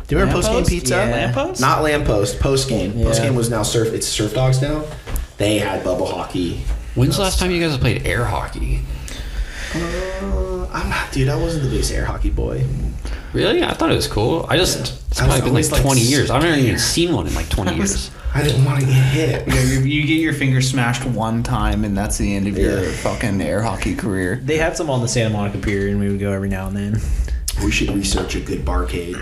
S1: Do you remember post game
S3: Lamppost?
S1: pizza?
S4: Yeah. Lamppost?
S1: Not lamppost. Post game. Post
S4: Yeah.
S1: game was now surf. It's surf dogs now. They had bubble hockey.
S2: When's the last time you guys played air hockey?
S1: Uh, I'm not, dude. I wasn't the biggest air hockey boy.
S2: Really? I thought it was cool. I just it's
S1: I was
S2: probably been like
S1: always, like,
S2: 20 years. I've never even
S1: scared.
S2: seen one in like 20 years.
S1: I didn't want to get hit.
S3: [LAUGHS] Yeah, you, you get your finger smashed one time, and that's the end of your
S1: Yeah.
S3: fucking air hockey career.
S4: They had some on the Santa Monica Pier, and we would go every now and then.
S1: We should research a good barcade.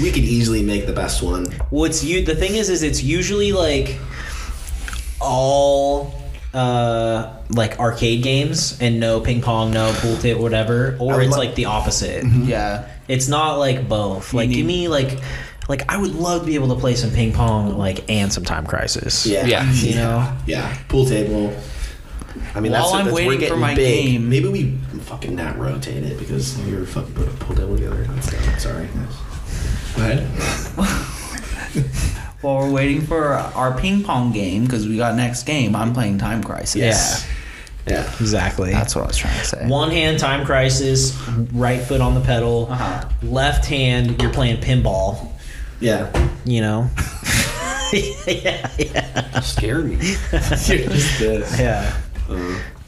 S1: We could easily make the best one.
S4: What's you? The thing is, is it's usually like all uh like arcade games and no ping pong, no pool tit, whatever.
S1: I
S4: Or
S1: would
S4: it's
S1: lo-
S4: like the opposite.
S3: Yeah.
S4: It's not like both. Like
S3: Mm-hmm. need-
S4: give me like like I would love to be able to play some ping pong like and some time crisis.
S1: Yeah.
S3: [LAUGHS]
S2: Yeah.
S4: You know?
S1: [LAUGHS] Yeah, pool table. I mean, that's,
S3: While I'm
S1: that's we're
S3: waiting
S1: getting
S3: for my
S1: big.
S3: game-
S1: Maybe we fucking not rotate it because we were fucking put a pool table together. That's dumb. Sorry. Go ahead.
S3: While we're waiting for our ping pong game, because we got next game, I'm playing Time Crisis.
S4: Yes.
S1: Yeah.
S4: Exactly.
S3: That's what I was trying to say.
S4: one hand time crisis, right foot on the pedal,
S3: Uh-huh.
S4: left hand you're playing pinball,
S1: Yeah.
S4: you know. yeah, yeah.
S2: Scared me.
S1: Just this.
S4: Yeah.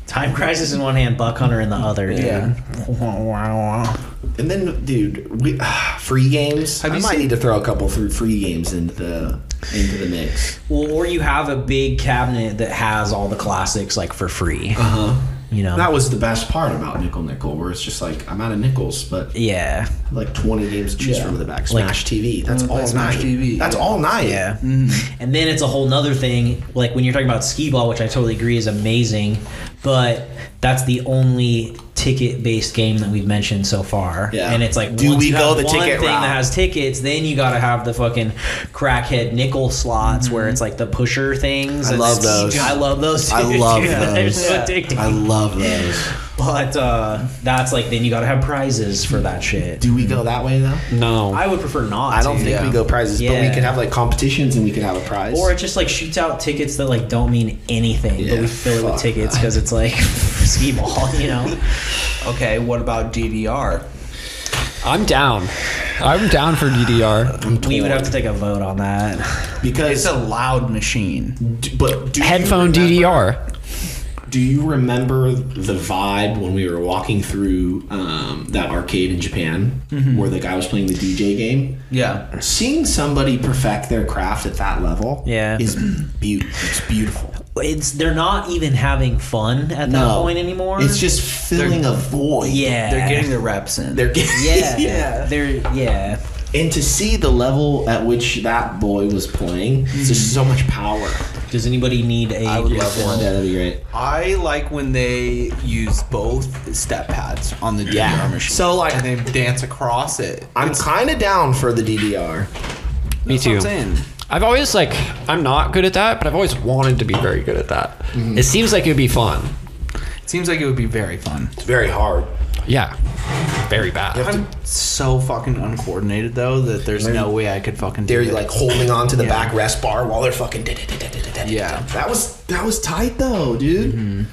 S4: Time Crisis in one hand, Buck Hunter in the other, dude.
S3: Yeah.
S4: Wah, wah, wah.
S1: And then, dude, we, ah, free games.
S3: Have
S1: I
S3: you
S1: might
S3: seen-
S1: need to throw a couple through free games into the into the mix.
S4: Well, or you have a big cabinet that has all the classics like for free.
S1: Uh huh.
S4: You know.
S1: That was the best part about Nickel Nickel, where it's just like I'm out of nickels, but
S4: yeah.
S1: like 20 games to choose
S4: Yeah.
S1: from in the back.
S4: Like-
S1: Smash TV. That's
S3: wanna play
S1: all
S3: Mm, Smash
S1: night.
S3: TV,
S1: That's all night.
S4: Yeah.
S1: Mm-hmm.
S4: And then it's a whole nother thing. Like when you're talking about skee ball, which I totally agree is amazing, but that's the only ticket based game that we've mentioned so far.
S1: Yeah.
S4: And it's like
S1: Do
S4: once
S1: we
S4: you
S1: go
S4: have
S1: the
S4: one
S1: ticket
S4: thing
S1: route?
S4: that has tickets, then you gotta have the fucking crackhead nickel slots where it's like the pusher things.
S1: Mm-hmm. I
S4: and
S1: love
S4: skee-
S1: those.
S4: I love those.
S1: I
S4: too,
S1: love
S4: dude. [LAUGHS] They're
S1: those.
S4: so addicting.
S1: I love those.
S4: But uh, that's like then you gotta have prizes for that shit.
S1: Do we go that way though?
S2: No.
S4: I would prefer not.
S1: I don't
S4: to.
S1: think we go prizes, but we
S4: Yeah.
S1: could have like competitions and we could have a prize.
S4: Or it just like shoots out tickets that like don't mean anything, but
S1: Yeah,
S4: we fill it
S1: fuck
S4: with tickets because it's like [LAUGHS] skee ball, you know.
S3: Okay, what about DDR?
S2: I'm down. I'm down for DDR.
S4: we would have to take a vote on that.
S1: because
S3: It's a loud machine.
S1: d- but do you
S2: Headphone
S1: remember-
S2: DDR.
S1: Do you remember the vibe when we were walking through um, that arcade in Japan
S4: Mm-hmm.
S1: where the guy was playing the DJ game?
S6: Yeah.
S1: Seeing somebody perfect their craft at that level
S4: Yeah.
S1: is be- it's beautiful.
S4: It's they're not even having fun at that
S1: No.
S4: point anymore.
S1: It's just filling a void.
S4: yeah,
S6: They're getting their reps in.
S1: They're getting,
S4: yeah, They're yeah.
S1: [LAUGHS] And to see the level at which that boy was playing, it's
S4: Mm-hmm.
S1: just so much power.
S4: Does anybody need a?
S6: I would love
S1: Yeah,
S6: one.
S1: that'd be great.
S3: I like when they use both step pads on the DDR
S1: Yeah.
S3: machine.
S1: So, like-
S3: and they dance across it.
S7: I'm kind of down for the DDR.
S2: Me
S3: That's what
S2: too.
S3: I'm saying.
S2: I've always like I'm not good at that, but I've always wanted to be very good at that. It seems like it would be fun.
S3: It seems like it would be very fun.
S7: It's very hard.
S2: Yeah, very bad.
S3: I'm so fucking uncoordinated though that there's no way I could fucking.
S7: They're
S3: do it.
S7: like holding on to the
S3: Yeah.
S7: back rest bar while they're fucking. da-da-da-da-da-da-da.
S3: Yeah.
S1: That was that was tight though, dude.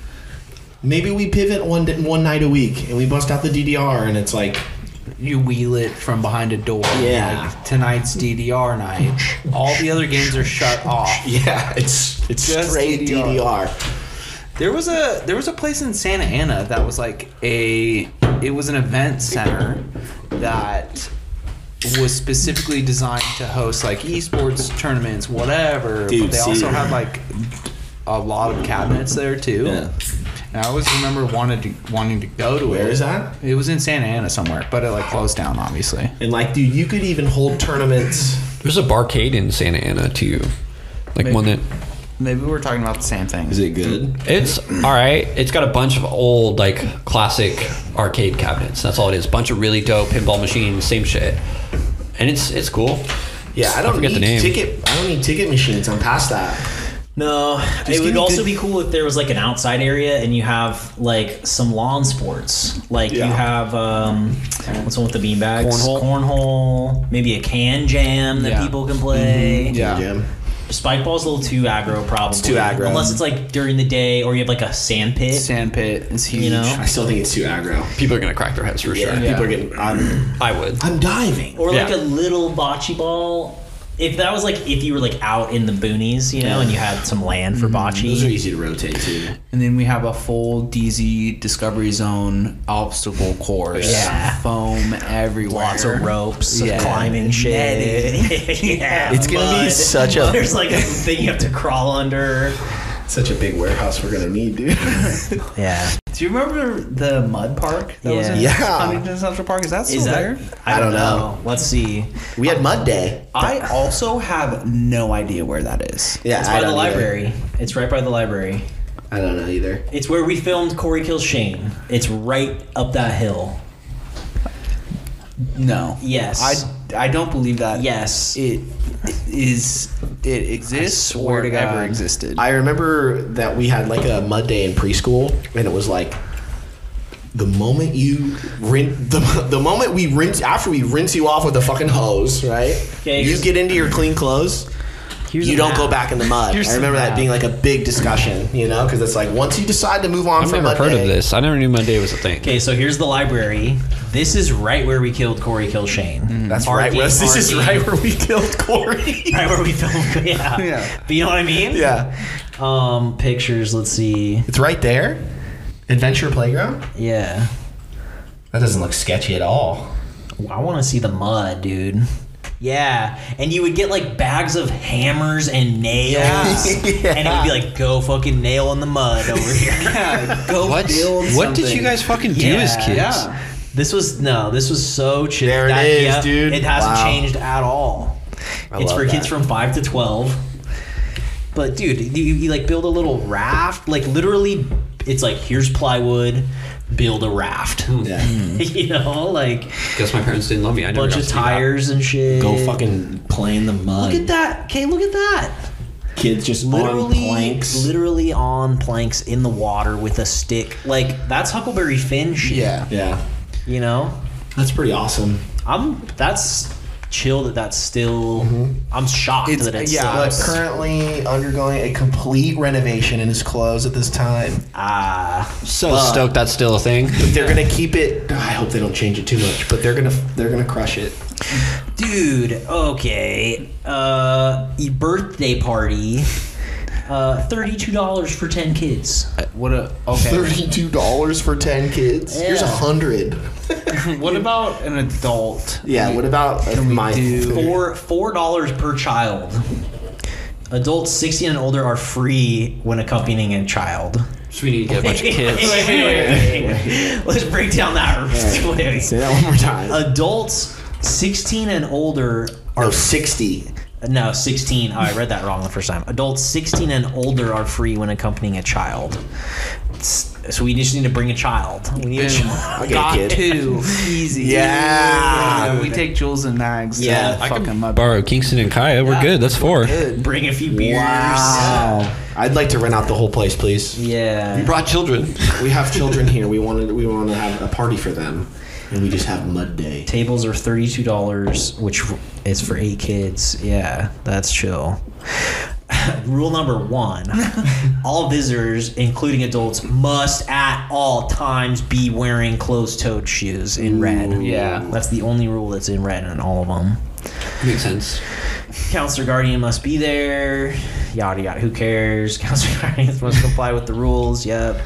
S1: Maybe we pivot one d- one night a week and we bust out the DDR and it's like
S3: you wheel it from behind a door.
S1: Yeah.
S3: Like tonight's DDR night. All the other games are shut off.
S1: yeah, it's it's
S3: Just
S1: straight DDR.
S3: DDR. There was a there was a place in Santa Ana that was like a it was an event center that was specifically designed to host like esports tournaments, whatever.
S1: Dude,
S3: but they
S1: see-
S3: also had like a lot of cabinets there too.
S1: Yeah.
S3: And I always remember wanted to, wanting to go to it.
S1: Where is that?
S3: It was in Santa Ana somewhere, but it like closed down obviously.
S1: And like, dude, you could even hold tournaments.
S2: There's a barcade in Santa Ana too, like one that
S3: Maybe we're talking about the same thing.
S1: Is it good?
S2: it's all right. It's got a bunch of old like classic arcade cabinets. That's all it is. Bunch of really dope pinball machines, same shit, and it's it's cool.
S1: Yeah, I don't
S2: forget
S1: need
S2: the name.
S1: ticket. I don't need ticket machines. I'm past that.
S4: No, it
S1: give
S4: would
S1: me
S4: also
S1: good-
S4: be cool if there was like an outside area and you have like some lawn sports. Like
S1: Yeah.
S4: you have um, what's the one with the beanbags?
S2: Cornhole.
S4: cornhole, maybe a can jam that
S3: Yeah.
S4: people can play.
S3: Yeah.
S1: Jim.
S4: Spike ball's a little too aggro, probably.
S1: Mm-hmm. too aggro.
S4: unless it's like during the day or you have like a sand pit.
S3: Sand pit is huge.
S4: you know,
S1: I still think it's too aggro.
S2: People are gonna crack their heads for sure.
S3: Yeah.
S1: People are getting. I'm,
S2: I would.
S1: I'm diving.
S4: or like
S2: Yeah.
S4: a little bocce ball. If that was like if you were like out in the boonies, you know, and you had some land for bocce.
S1: Mm-hmm. Those are easy to rotate too.
S3: And then we have a full DZ Discovery Zone obstacle course.
S4: Yeah.
S3: Foam everywhere.
S4: lots of ropes,
S3: Yeah.
S4: climbing shit. yeah,
S1: It's gonna be such a-
S4: There's like a thing you have to crawl under.
S1: Such a big warehouse we're gonna need, dude. [LAUGHS]
S4: Yeah,
S3: Do you remember the mud park that was in
S4: Yeah.
S3: Huntington Central Park? Is that still
S4: is
S3: there?
S4: that? I
S1: don't
S4: don't, know. Let's see.
S7: We had Mud Day.
S3: I also have no idea where that is.
S7: Yeah,
S4: It's
S7: I
S4: by the
S7: don't either.
S4: library. It's right by the library.
S7: I don't know either.
S4: It's where we filmed Corey Kills Shane. It's right up that hill.
S3: No.
S4: Yes.
S3: I, I don't believe that.
S4: Yes.
S3: It, it is. It exists or it ever existed.
S7: I remember that we had like a mud day in preschool, and it was like the moment you rinse [LAUGHS] the, the moment we rinse after we rinse you off with a fucking hose, right?
S4: Okay,
S7: you
S4: here's-
S7: get into your clean clothes.
S4: Here's
S7: you
S4: a
S7: don't
S4: map.
S7: go back in the mud. I remember that being like a big discussion, you know, because it's like once you decide to move on
S2: I've
S7: from
S2: never
S7: mud
S2: heard
S7: day,
S2: of this. I never knew Monday was a thing.
S4: Okay, so here's the library. This is right where we killed Corey Kills Shane.
S1: Mm-hmm.
S4: That's
S7: right? where- this is right where we killed Corey.
S4: [LAUGHS] Right where we filmed. Yeah.
S3: Yeah.
S4: But you know what I mean?
S7: yeah,
S4: Um, pictures. Let's see.
S7: it's right there. Adventure playground.
S4: Yeah.
S7: That doesn't look sketchy at all.
S4: I want to see the mud, dude. Yeah, and you would get like bags of hammers and nails, and it would be like, "Go fucking nail in the mud over here."
S3: Go
S2: What?
S3: build
S2: What did
S3: something.
S2: you guys fucking do as
S4: Yeah.
S2: kids?
S3: Yeah.
S4: This was no, this was so chill.
S7: There it is, dude.
S4: It hasn't
S7: Wow.
S4: changed at all. it's
S7: love
S4: for kids
S7: that.
S4: from five to twelve. But dude, you, you like build a little raft. Like literally, it's like here's plywood, build a raft.
S7: Hmm.
S4: [LAUGHS]
S1: Yeah.
S4: you know, like
S2: Guess my parents didn't love me. I never
S4: bunch
S2: got
S4: of
S2: to do that.
S4: tires and shit.
S1: Go fucking play in the mud.
S4: Look at that. Okay, look at that.
S1: Kids just on
S4: literally
S1: planks.
S4: literally on planks in the water with a stick. Like that's Huckleberry Finn shit.
S3: Yeah.
S1: yeah.
S4: You know?
S1: That's pretty awesome.
S4: I'm that's chill that that's still I'm shocked
S3: It's-
S4: that it's
S3: yeah,
S4: yeah,
S7: Uh, currently undergoing a complete renovation and is closed at this time.
S4: ah
S2: So stoked that's still a [LAUGHS] thing.
S7: They're gonna keep it. I hope they don't change it too much, but they're gonna they're gonna crush it.
S4: dude, okay. Uh e- birthday party. Uh, $32 for 10 kids.
S3: What a oh, okay.
S1: Thirty-two dollars for ten kids. Here's a
S4: Yeah.
S1: hundred.
S3: [LAUGHS] what about an adult?
S1: Yeah. What about uh, my
S4: Four four dollars per child. Adults 60 and older are free when accompanying a child.
S2: So we need to get a bunch of [LAUGHS]
S4: [LAUGHS]
S2: kids.
S3: [LAUGHS]
S4: Let's break down that. [LAUGHS]
S1: Say that one more
S4: Uh,
S1: time.
S4: Adults 16 and older
S1: Or sixty.
S4: no 16 oh, i read that wrong the first time adults 16 and older are free when accompanying a child S- so we just need to bring a child we need a child
S1: I'll get a kid.
S3: Two. Easy.
S1: Yeah.
S3: Yeah, we take Jules and Mags.
S1: Yeah,
S3: Yeah,
S1: I
S3: fuck them up.
S2: Borrow Kingston and Kaya. We're good. That's four.
S4: bring a few beers
S1: Wow. I'd like to rent out the whole place, please.
S4: yeah
S2: Brought children.
S1: [LAUGHS] We have children here. We wanted. We want to have a party for them, and we just have mud day.
S4: tables are $32 which is for eight kids yeah that's chill [LAUGHS] rule number one all visitors including adults must at all times be wearing closed-toed shoes in red
S3: Yeah.
S4: that's the only rule that's in red in all of them
S2: Makes sense.
S4: Counselor Guardian must be there. Yada yada. Who cares? [LAUGHS] Counselor Guardians must comply with the rules. Yep.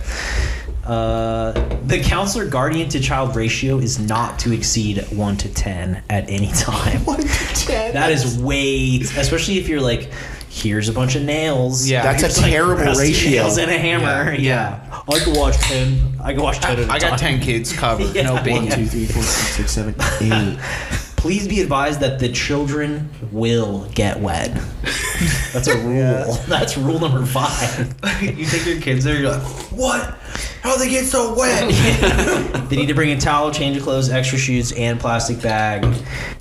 S4: Uh, the counselor guardian to child ratio is not to exceed one to ten at any [LAUGHS] time. One to ten. That is way, especially if you're like, here's a bunch of nails.
S3: Yeah.
S1: That's
S4: Here's,
S1: a terrible
S4: rusty
S1: ratio.
S4: Nails and a hammer. Yeah. I could watch ten. I could watch ten. At a
S3: I got
S4: time.
S3: ten kids covered.
S4: Yeah.
S3: No big.
S1: One, two, three, four, five, six,
S4: [LAUGHS]
S1: seven, eight.
S4: Please be advised that the children will get wet. That's a rule. [LAUGHS] That's rule number [LAUGHS] five.
S3: you take your kids there. You're like,
S4: [LAUGHS] They need to bring a towel, change of clothes, extra shoes, and plastic bag.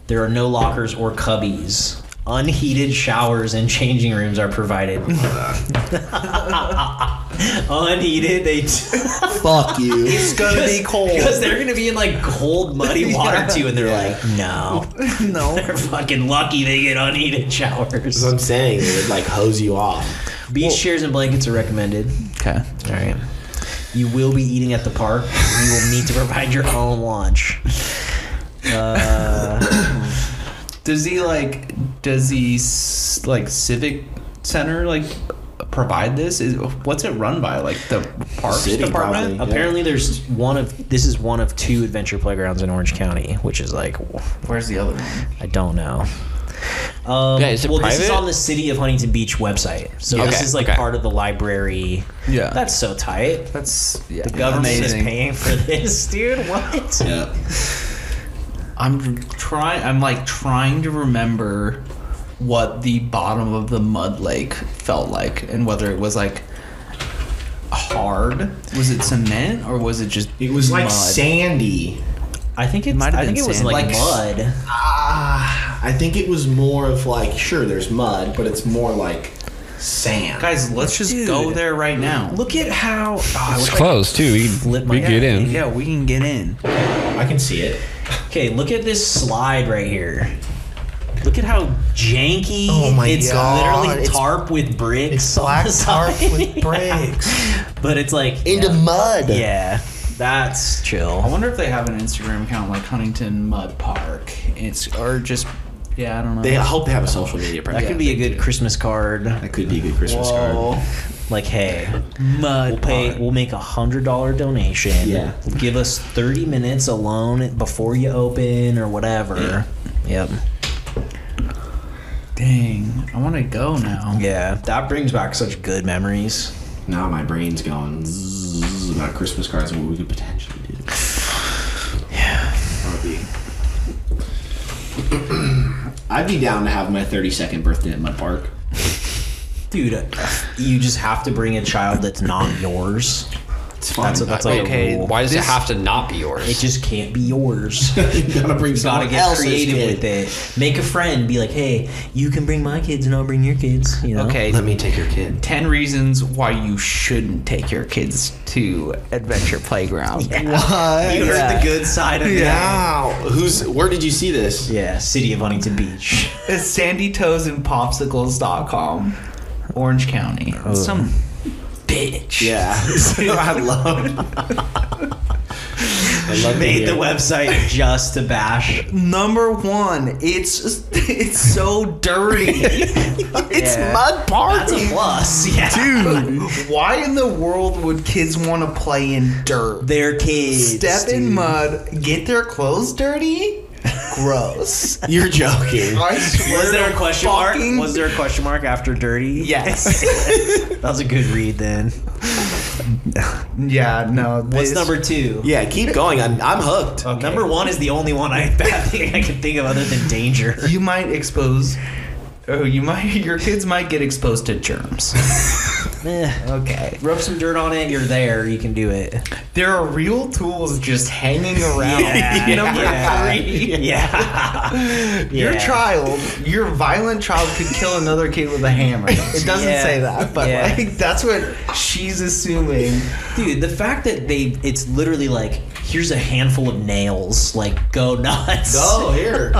S4: There are no lockers or cubbies. Unheated showers and changing rooms are [LAUGHS] provided. Unheated, they
S1: Fuck you.
S3: gonna [LAUGHS] be cold.
S4: because they're gonna be in like cold, [LAUGHS] muddy water too, and they're like, no,
S3: No.
S4: they're fucking lucky they get unheated showers.
S1: That's what I'm saying. It would like hose you off.
S4: Beach chairs and blankets are recommended.
S8: Okay.
S4: All right. You will be eating at the park. You will need to provide your own lunch. Uh,
S3: Does he like? Does he s- like civic center like provide this? Is what's it run by? Like the parks
S1: City,
S3: department?
S1: probably.
S4: apparently, there's one of this is one of two adventure playgrounds in Orange County, which is like
S3: Where's the other one?
S4: I don't know. Um,
S2: Yeah, is it
S4: well, this is
S2: private?
S4: on the City of Huntington Beach website, so this
S2: Okay,
S4: is like
S2: okay.
S4: part of the library.
S8: Yeah.
S4: That's so tight.
S3: That's yeah,
S4: The government
S3: amazing.
S4: is paying for this, [LAUGHS] dude. What?
S3: I'm trying. I'm like trying to remember what the bottom of the mud lake felt like, and whether it was like hard. Was it cement or was it just?
S1: It was like
S3: mud?
S1: sandy.
S4: I think it's,
S3: might have
S4: I
S3: been
S4: think it was
S3: sand.
S4: like,
S3: Like-
S4: mud.
S1: Ah, I think it was more of like sure, there's mud, but it's more like sand.
S3: Guys, let's just go there right now.
S4: Look at how
S2: It's close too. We,
S4: Flip my
S2: we get in.
S3: Yeah, we can get in.
S1: I can see it.
S4: Okay, look at this slide right here. Look at how janky.
S1: Oh my
S4: it's
S1: God,
S4: literally
S1: it's-
S4: tarp with bricks. on the
S1: [LAUGHS]
S4: side.
S1: bricks.
S4: but it's like
S1: Into
S4: yeah,
S1: mud.
S4: yeah, that's
S3: I
S4: chill.
S3: wonder if they have an Instagram account like Huntington Mud Park. It's or just yeah, I don't know.
S1: They I hope they have a social media
S4: That
S1: presence.
S4: could be a good Christmas card.
S1: That could be a good Christmas card.
S3: Whoa.
S4: Like, hey,
S3: mud.
S4: we'll pay. We'll make a hundred dollar donation.
S1: Yeah.
S4: Give us thirty minutes alone before you open or whatever. Yep.
S3: Dang, I want to go now.
S4: Yeah, that brings back such good memories.
S1: Now my brain's going zzz about Christmas cards and what we could potentially do. Yeah. [CLEARS THROAT] I'd be down to have my 32nd birthday at Mud Park.
S4: Dude, you just have to bring a child that's not yours.
S1: It's fun.
S4: That's, that's like
S2: Okay,
S4: a rule.
S2: why does it have to not be yours?
S4: It just can't be yours.
S1: you gotta bring
S4: Gotta
S1: someone
S4: get
S1: else's
S4: creative
S1: kid.
S4: with it. Make a friend. Be like, hey, you can bring my kids, and I'll bring your kids. You know.
S3: Okay,
S1: Let me take your kid.
S3: 10 reasons why you shouldn't take your kids to adventure
S1: [LAUGHS]
S4: [LAUGHS]
S3: playground.
S4: You heard the good side of that.
S1: Wow. Who's? Where did you see this?
S4: Yeah, city of Huntington Beach.
S3: It's sandy toes and popsicles.com. Orange County.
S1: Oh.
S3: Some
S1: [LAUGHS]
S3: bitch.
S1: Yeah. I love.
S9: love to
S4: made
S9: hear.
S4: the [LAUGHS] website just to bash.
S3: [LAUGHS] Number one, it's just, it's
S1: [LAUGHS]
S3: so dirty. it's
S10: Yeah.
S3: mud
S4: That's a
S3: party.
S4: plus. Yeah.
S3: Dude, [LAUGHS] why in the world would kids want to play in dirt?
S4: Their kids.
S3: Step in mud, get their clothes dirty? Gross.
S1: [LAUGHS] You're joking.
S3: I swear
S4: Was there a
S3: to
S4: question mark?
S3: fucking-
S4: Was there a question mark after dirty?
S3: Yes.
S4: [LAUGHS] That was a good read then.
S3: yeah, no.
S4: What's
S3: this-
S4: number two?
S1: Yeah, keep going. I'm, I'm hooked.
S4: Number one is the only one I, [LAUGHS] I think I can think of other than danger.
S3: You might expose. Oh, you might. [LAUGHS] Your kids might get exposed to germs. okay.
S4: Rub some dirt on it, you're there, you can do it.
S3: There are real tools just hanging [LAUGHS] around.
S4: [LAUGHS] Yeah,
S3: Number
S4: yeah.
S3: three. [LAUGHS]
S4: Yeah.
S3: Your
S4: Yeah.
S3: child, your violent child could kill another kid with a [LAUGHS] hammer. It doesn't
S4: Yeah.
S3: say that, but
S4: Yeah.
S3: like that's what she's assuming.
S4: Dude, the fact that they it's literally like here's a handful of nails, like go nuts.
S1: Oh, here.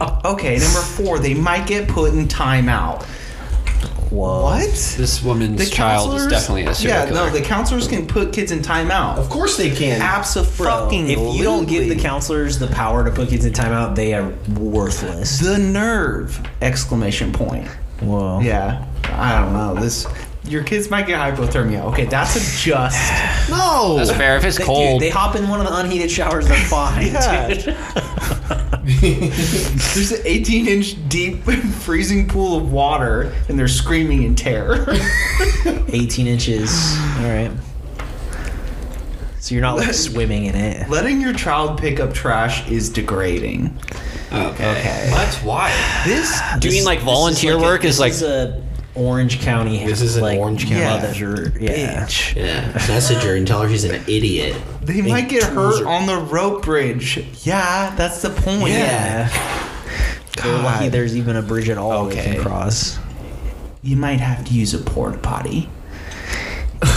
S3: [LAUGHS] Okay, number four, they might get put in timeout.
S4: Whoa.
S3: What?
S2: This woman's child is
S3: counselors-
S2: definitely a serial
S3: Yeah,
S2: killer.
S3: no, the counselors can put kids in timeout.
S1: Of course they can.
S4: Bro,
S3: Absolutely.
S4: if you don't give the counselors the power to put kids in timeout, they are worthless.
S3: the nerve! Exclamation point.
S4: Whoa.
S3: Yeah, I don't know. This your kids might get hypothermia. Okay, that's a just.
S2: [SIGHS]
S1: No.
S2: That's fair. If it's
S4: They,
S2: cold,
S4: dude, they hop in one of the unheated showers,
S3: [LAUGHS]
S4: they're fine.
S3: Yeah.
S4: dude.
S3: There's an 18 inch deep [LAUGHS] freezing pool of water, and they're screaming in terror. [LAUGHS]
S4: 18 inches. All right. So you're not like swimming in it.
S3: Letting your child pick up trash is degrading.
S2: okay. What? Why? [SIGHS]
S3: This
S2: Do you mean like volunteer work is like? [LAUGHS]
S4: this is a Orange County.
S1: This is an
S4: like,
S1: Orange County
S4: mother- yeah.
S3: bitch.
S9: Yeah, message her and tell her she's an idiot.
S3: They might get hurt on the rope bridge. Yeah, that's the point.
S4: Yeah. They're lucky
S3: God.
S4: there's even a bridge at all okay.
S3: Okay.
S4: can cross.
S3: You might have to use a porta potty.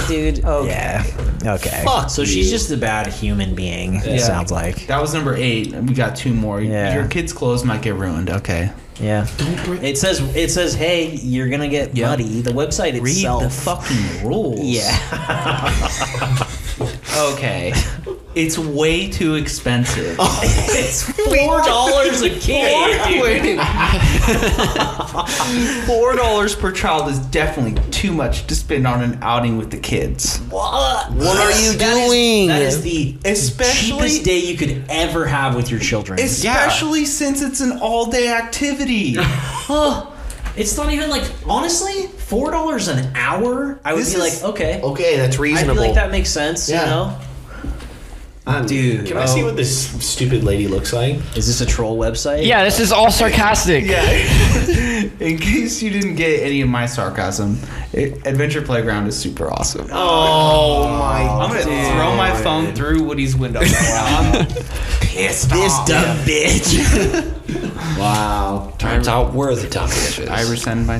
S4: Dude. Okay. Yeah. Okay.
S3: Fuck
S4: so
S3: you.
S4: she's just a bad human being, it sounds like.
S3: That was number eight. and We got two more.
S4: Yeah.
S3: Your kid's clothes might get ruined. Okay.
S4: Yeah. It says it says, hey, you're gonna get
S3: Yep.
S4: muddy. The website
S3: Read
S4: itself.
S3: the fucking rules.
S4: yeah. [LAUGHS]
S3: Okay. It's way too expensive.
S4: it's Oh. [LAUGHS] four dollars a kid. dude.
S3: Four dollars per child is definitely too much to spend on an outing with the kids.
S4: What?
S1: What are you doing?
S4: That is the
S3: Especially-
S4: cheapest day you could ever have with your children. It's,
S3: Especially since it's an all-day activity.
S4: not even like honestly four dollars an hour. I would
S3: This
S4: be
S3: is-
S4: like, okay,
S1: okay, that's
S4: I feel
S1: reasonable.
S4: like that makes sense.
S1: Yeah.
S4: You know,
S1: Um,
S4: Dude.
S1: Can I see what this stupid lady looks like?
S4: is this a troll website?
S2: yeah, this is all sarcastic.
S3: [LAUGHS] In case you didn't get any of my sarcasm, it- Adventure Playground is super awesome.
S1: Oh, my
S3: I'm gonna throw my phone through Woody's window. I'm [LAUGHS] pissed
S4: This
S3: off.
S4: dumb bitch.
S1: Wow.
S2: Turns out we're the dumb bitches.
S3: I rescind my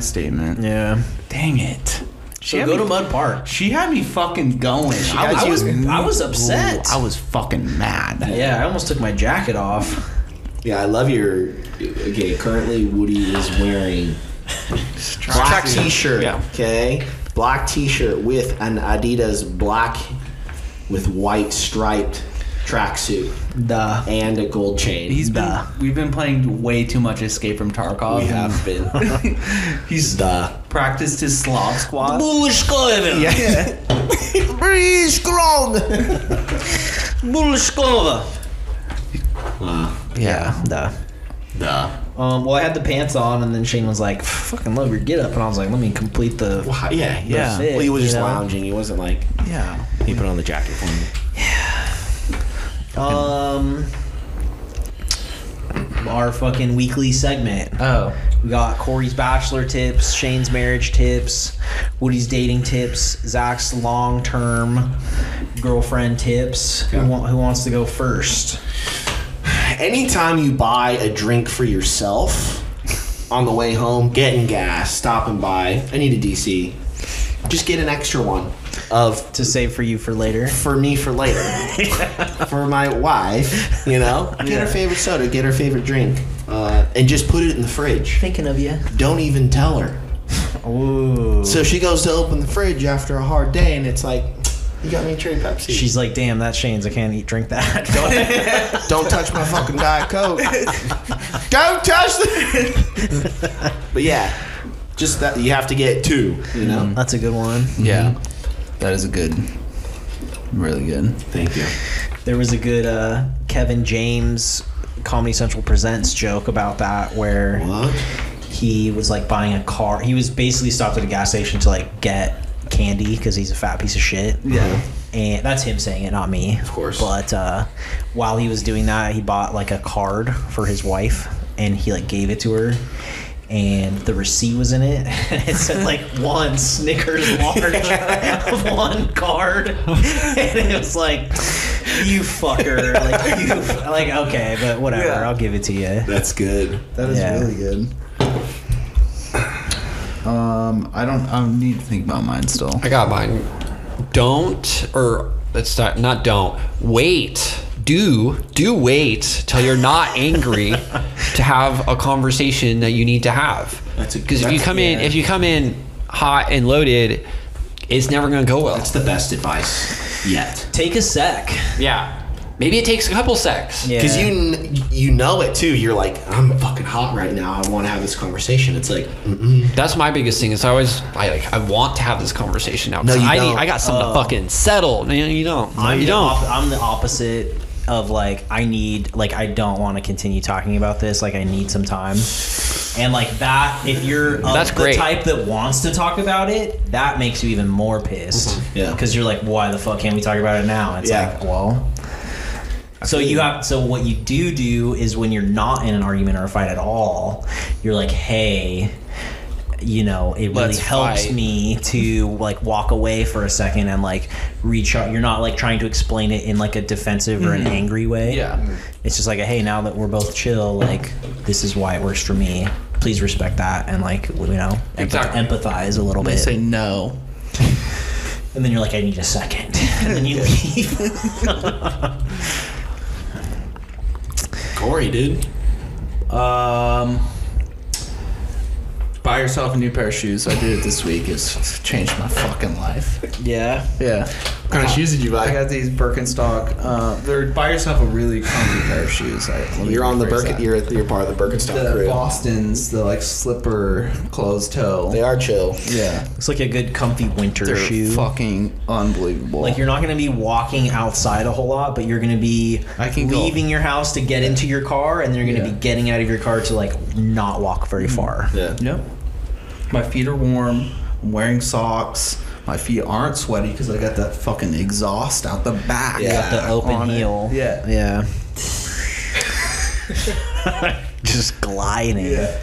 S4: [LAUGHS]
S3: statement.
S4: Yeah.
S3: Dang it. She
S4: So
S3: had
S4: go
S3: me-
S4: to Mud Park.
S3: She had me fucking going. I
S4: got
S3: was,
S4: you.
S3: I was,
S4: I was upset.
S3: I was fucking mad.
S4: Yeah, I almost took my jacket off.
S1: Yeah, I love your. Okay, currently Woody is wearing black t-shirt.
S2: Yeah.
S1: Okay, black t-shirt with an Adidas black with white striped tracksuit
S4: Duh.
S1: and a gold chain.
S3: He's been,
S4: Nah.
S3: we've been playing way too much Escape from Tarkov.
S1: we have been.
S3: He's
S1: Duh.
S3: practiced his slob squat.
S4: Bullish Bulishkova.
S1: [LAUGHS]
S3: Yeah.
S1: Pretty strong.
S4: Bulishkova.
S3: Yeah.
S4: Ah. Duh.
S1: Duh.
S4: Um, well, I had the pants on, and then Shane was like, "Fucking love your get up," and I was like, "Let me complete the
S1: Wow, yeah,
S4: the
S3: Yeah.
S4: fit,"
S1: Well, he was
S4: you
S1: just
S4: know?
S1: lounging. He wasn't like
S3: Yeah.
S1: he put on the jacket for me.
S4: Um, our fucking weekly segment.
S3: Oh.
S4: We got Corey's bachelor tips, Shane's marriage tips, Woody's dating tips, Zach's long term girlfriend tips. Who, wa- who wants to go first?
S1: Anytime you buy a drink for yourself on the way home, getting gas, stopping by. I need a DC. Just get an extra one of
S4: To save for you for later.
S1: for me for later. for my wife, you know? Get her favorite soda, get her favorite drink, uh, and just put it in the fridge.
S4: Thinking of you.
S1: Don't even tell her.
S4: Ooh.
S1: So she goes to open the fridge after a hard day, and it's like,
S11: You got me a cherry Pepsi.
S4: She's like, damn, that's Shane's. I can't eat, drink that. [LAUGHS]
S11: Don't touch my fucking Diet Coke. Don't touch the.
S1: [LAUGHS]
S11: but yeah, just that you have to get two. You know.
S4: that's a good one.
S3: Yeah, that is a good, really good.
S11: Thank you.
S4: There was a good uh, Kevin James Comedy Central Presents joke about that where
S11: What?
S4: he was like buying a car. He was basically stopped at a gas station to like get candy because he's a fat piece of shit.
S3: Yeah.
S4: And that's him saying it, not me. Of
S11: course.
S4: But uh, while he was doing that, he bought like a card for his wife and he like gave it to her. And the receipt was in it. [LAUGHS] it said like one Snickers large of one card, and it was like, "You fucker!" Like you, like okay, but whatever.
S3: Yeah.
S4: I'll give it to you.
S11: That's good.
S3: That is
S4: Yeah.
S3: really good. Um, I don't. I need to think about mine still.
S2: I got mine. Don't or let's not not don't wait. Do do wait till you're not angry to have a conversation that you need to have.
S1: That's a-
S2: Because if you
S1: that's-
S2: come in
S1: yeah.
S2: if you come in hot and loaded, it's never gonna go well.
S1: That's the best advice yet.
S4: Take a sec.
S2: yeah. Maybe it takes a couple secs.
S4: Yeah.
S11: Because you kn- you know it too. You're like, I'm fucking hot right now. I want to have this conversation. It's like, "Mm, mm-mm.
S2: That's my biggest thing. Is I always I like I want to have this conversation now. 'cause
S11: No, you
S2: I
S11: don't.
S2: I got something
S4: Oh.
S2: to fucking settle. No, you don't. No,
S4: I'm
S2: you
S4: the
S2: don't.
S4: op- I'm the opposite of like I need like I don't want to continue talking about this. Like I need some time. And like that, if you're of
S2: That's
S4: the
S2: great.
S4: type that wants to talk about it, that makes you even more pissed.
S11: Mm-hmm. Yeah.
S4: Because you're like, why the fuck can't we talk about it now? It's
S11: Yeah.
S4: like, well. So you have so what you do do is when you're not in an argument or a fight at all, you're like, hey, you know, it really
S2: Let's
S4: helps
S2: fight.
S4: me me to like walk away for a second and like reach out. You're not like trying to explain it in like a defensive or an angry way.
S3: Mm-hmm. Yeah.
S4: It's just like, a, hey, now that we're both chill, like this is why it works for me. Please respect that and like you know empath-
S2: Exactly.
S4: empathize a little
S3: They
S4: bit.
S3: say no.
S4: and then you're like, I need a second, [LAUGHS] and then you leave.
S11: Corey, dude.
S3: Um, buy yourself a new pair of shoes. I did it this week. It's changed my fucking life.
S4: yeah.
S3: Yeah. Uh,
S11: What kind of shoes did you
S3: I
S11: buy?
S3: got these Birkenstock. Uh, they're buy yourself a really comfy pair of shoes. I, let me
S11: You're on the
S3: rephrase
S11: Birken.
S3: that.
S11: You're you're part of the Birkenstock
S3: the
S11: crew.
S3: Boston's, the like slipper closed toe.
S11: They are chill.
S3: yeah,
S4: It's like a good comfy winter
S3: they're
S4: shoe.
S3: fucking unbelievable.
S4: Like you're not going to be walking outside a whole lot, but you're going to be
S3: I can go-
S4: leaving your house to get into your car, and then you're going to
S3: Yeah. Mm-hmm.
S4: be getting out of your car to like not walk very far.
S11: Yeah.
S3: Yep. My feet are warm. I'm wearing socks. My feet aren't sweaty because I got that fucking exhaust out the back.
S4: You got the open
S3: on it.
S4: heel.
S3: Yeah.
S4: yeah. Just gliding.
S3: Yeah.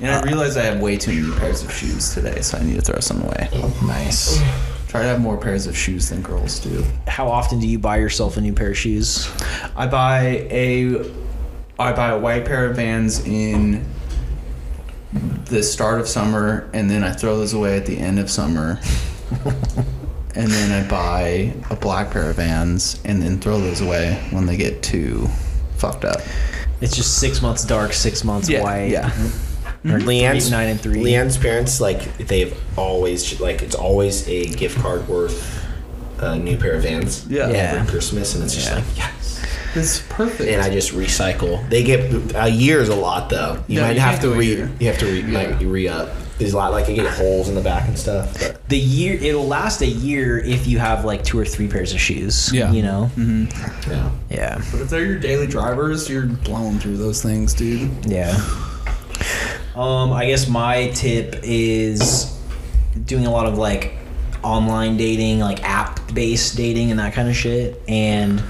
S3: And I realized I have way too many pairs of shoes today, so I need to throw some away.
S4: Nice.
S3: Try to have more pairs of shoes than girls do.
S4: How often do you buy yourself a new pair of shoes?
S3: I buy a I buy a white pair of Vans in the start of summer, and then I throw those away at the end of [LAUGHS] summer. and then I buy a black pair of Vans, and then throw those away when they get too fucked up.
S4: It's just six months dark, six months white.
S3: yeah. Mm-hmm.
S4: Or three-
S11: Leanne's
S4: nine and three.
S11: Leanne's parents like they've always like it's always a gift card worth a new pair of Vans.
S3: Yeah.
S4: Yeah.
S11: Every Christmas, and it's just
S4: Yeah.
S11: like yes.
S3: It's perfect.
S11: And I just recycle. They get a year's a lot though. You
S3: No,
S11: might
S3: you
S11: have
S3: can't
S11: to
S3: do a
S11: re.
S3: year.
S11: You have to re.
S3: Yeah.
S11: Like, re up. There's a lot like you get holes in the back and stuff. But
S4: The year it'll last a year if you have like two or three pairs of shoes.
S3: Yeah. Mm-hmm.
S4: You know.
S11: yeah.
S4: Yeah.
S3: but if they're your daily drivers, you're blowing through those things, dude.
S4: Yeah. Um, I guess my tip is doing a lot of like online dating, like app based dating and that kind of shit. And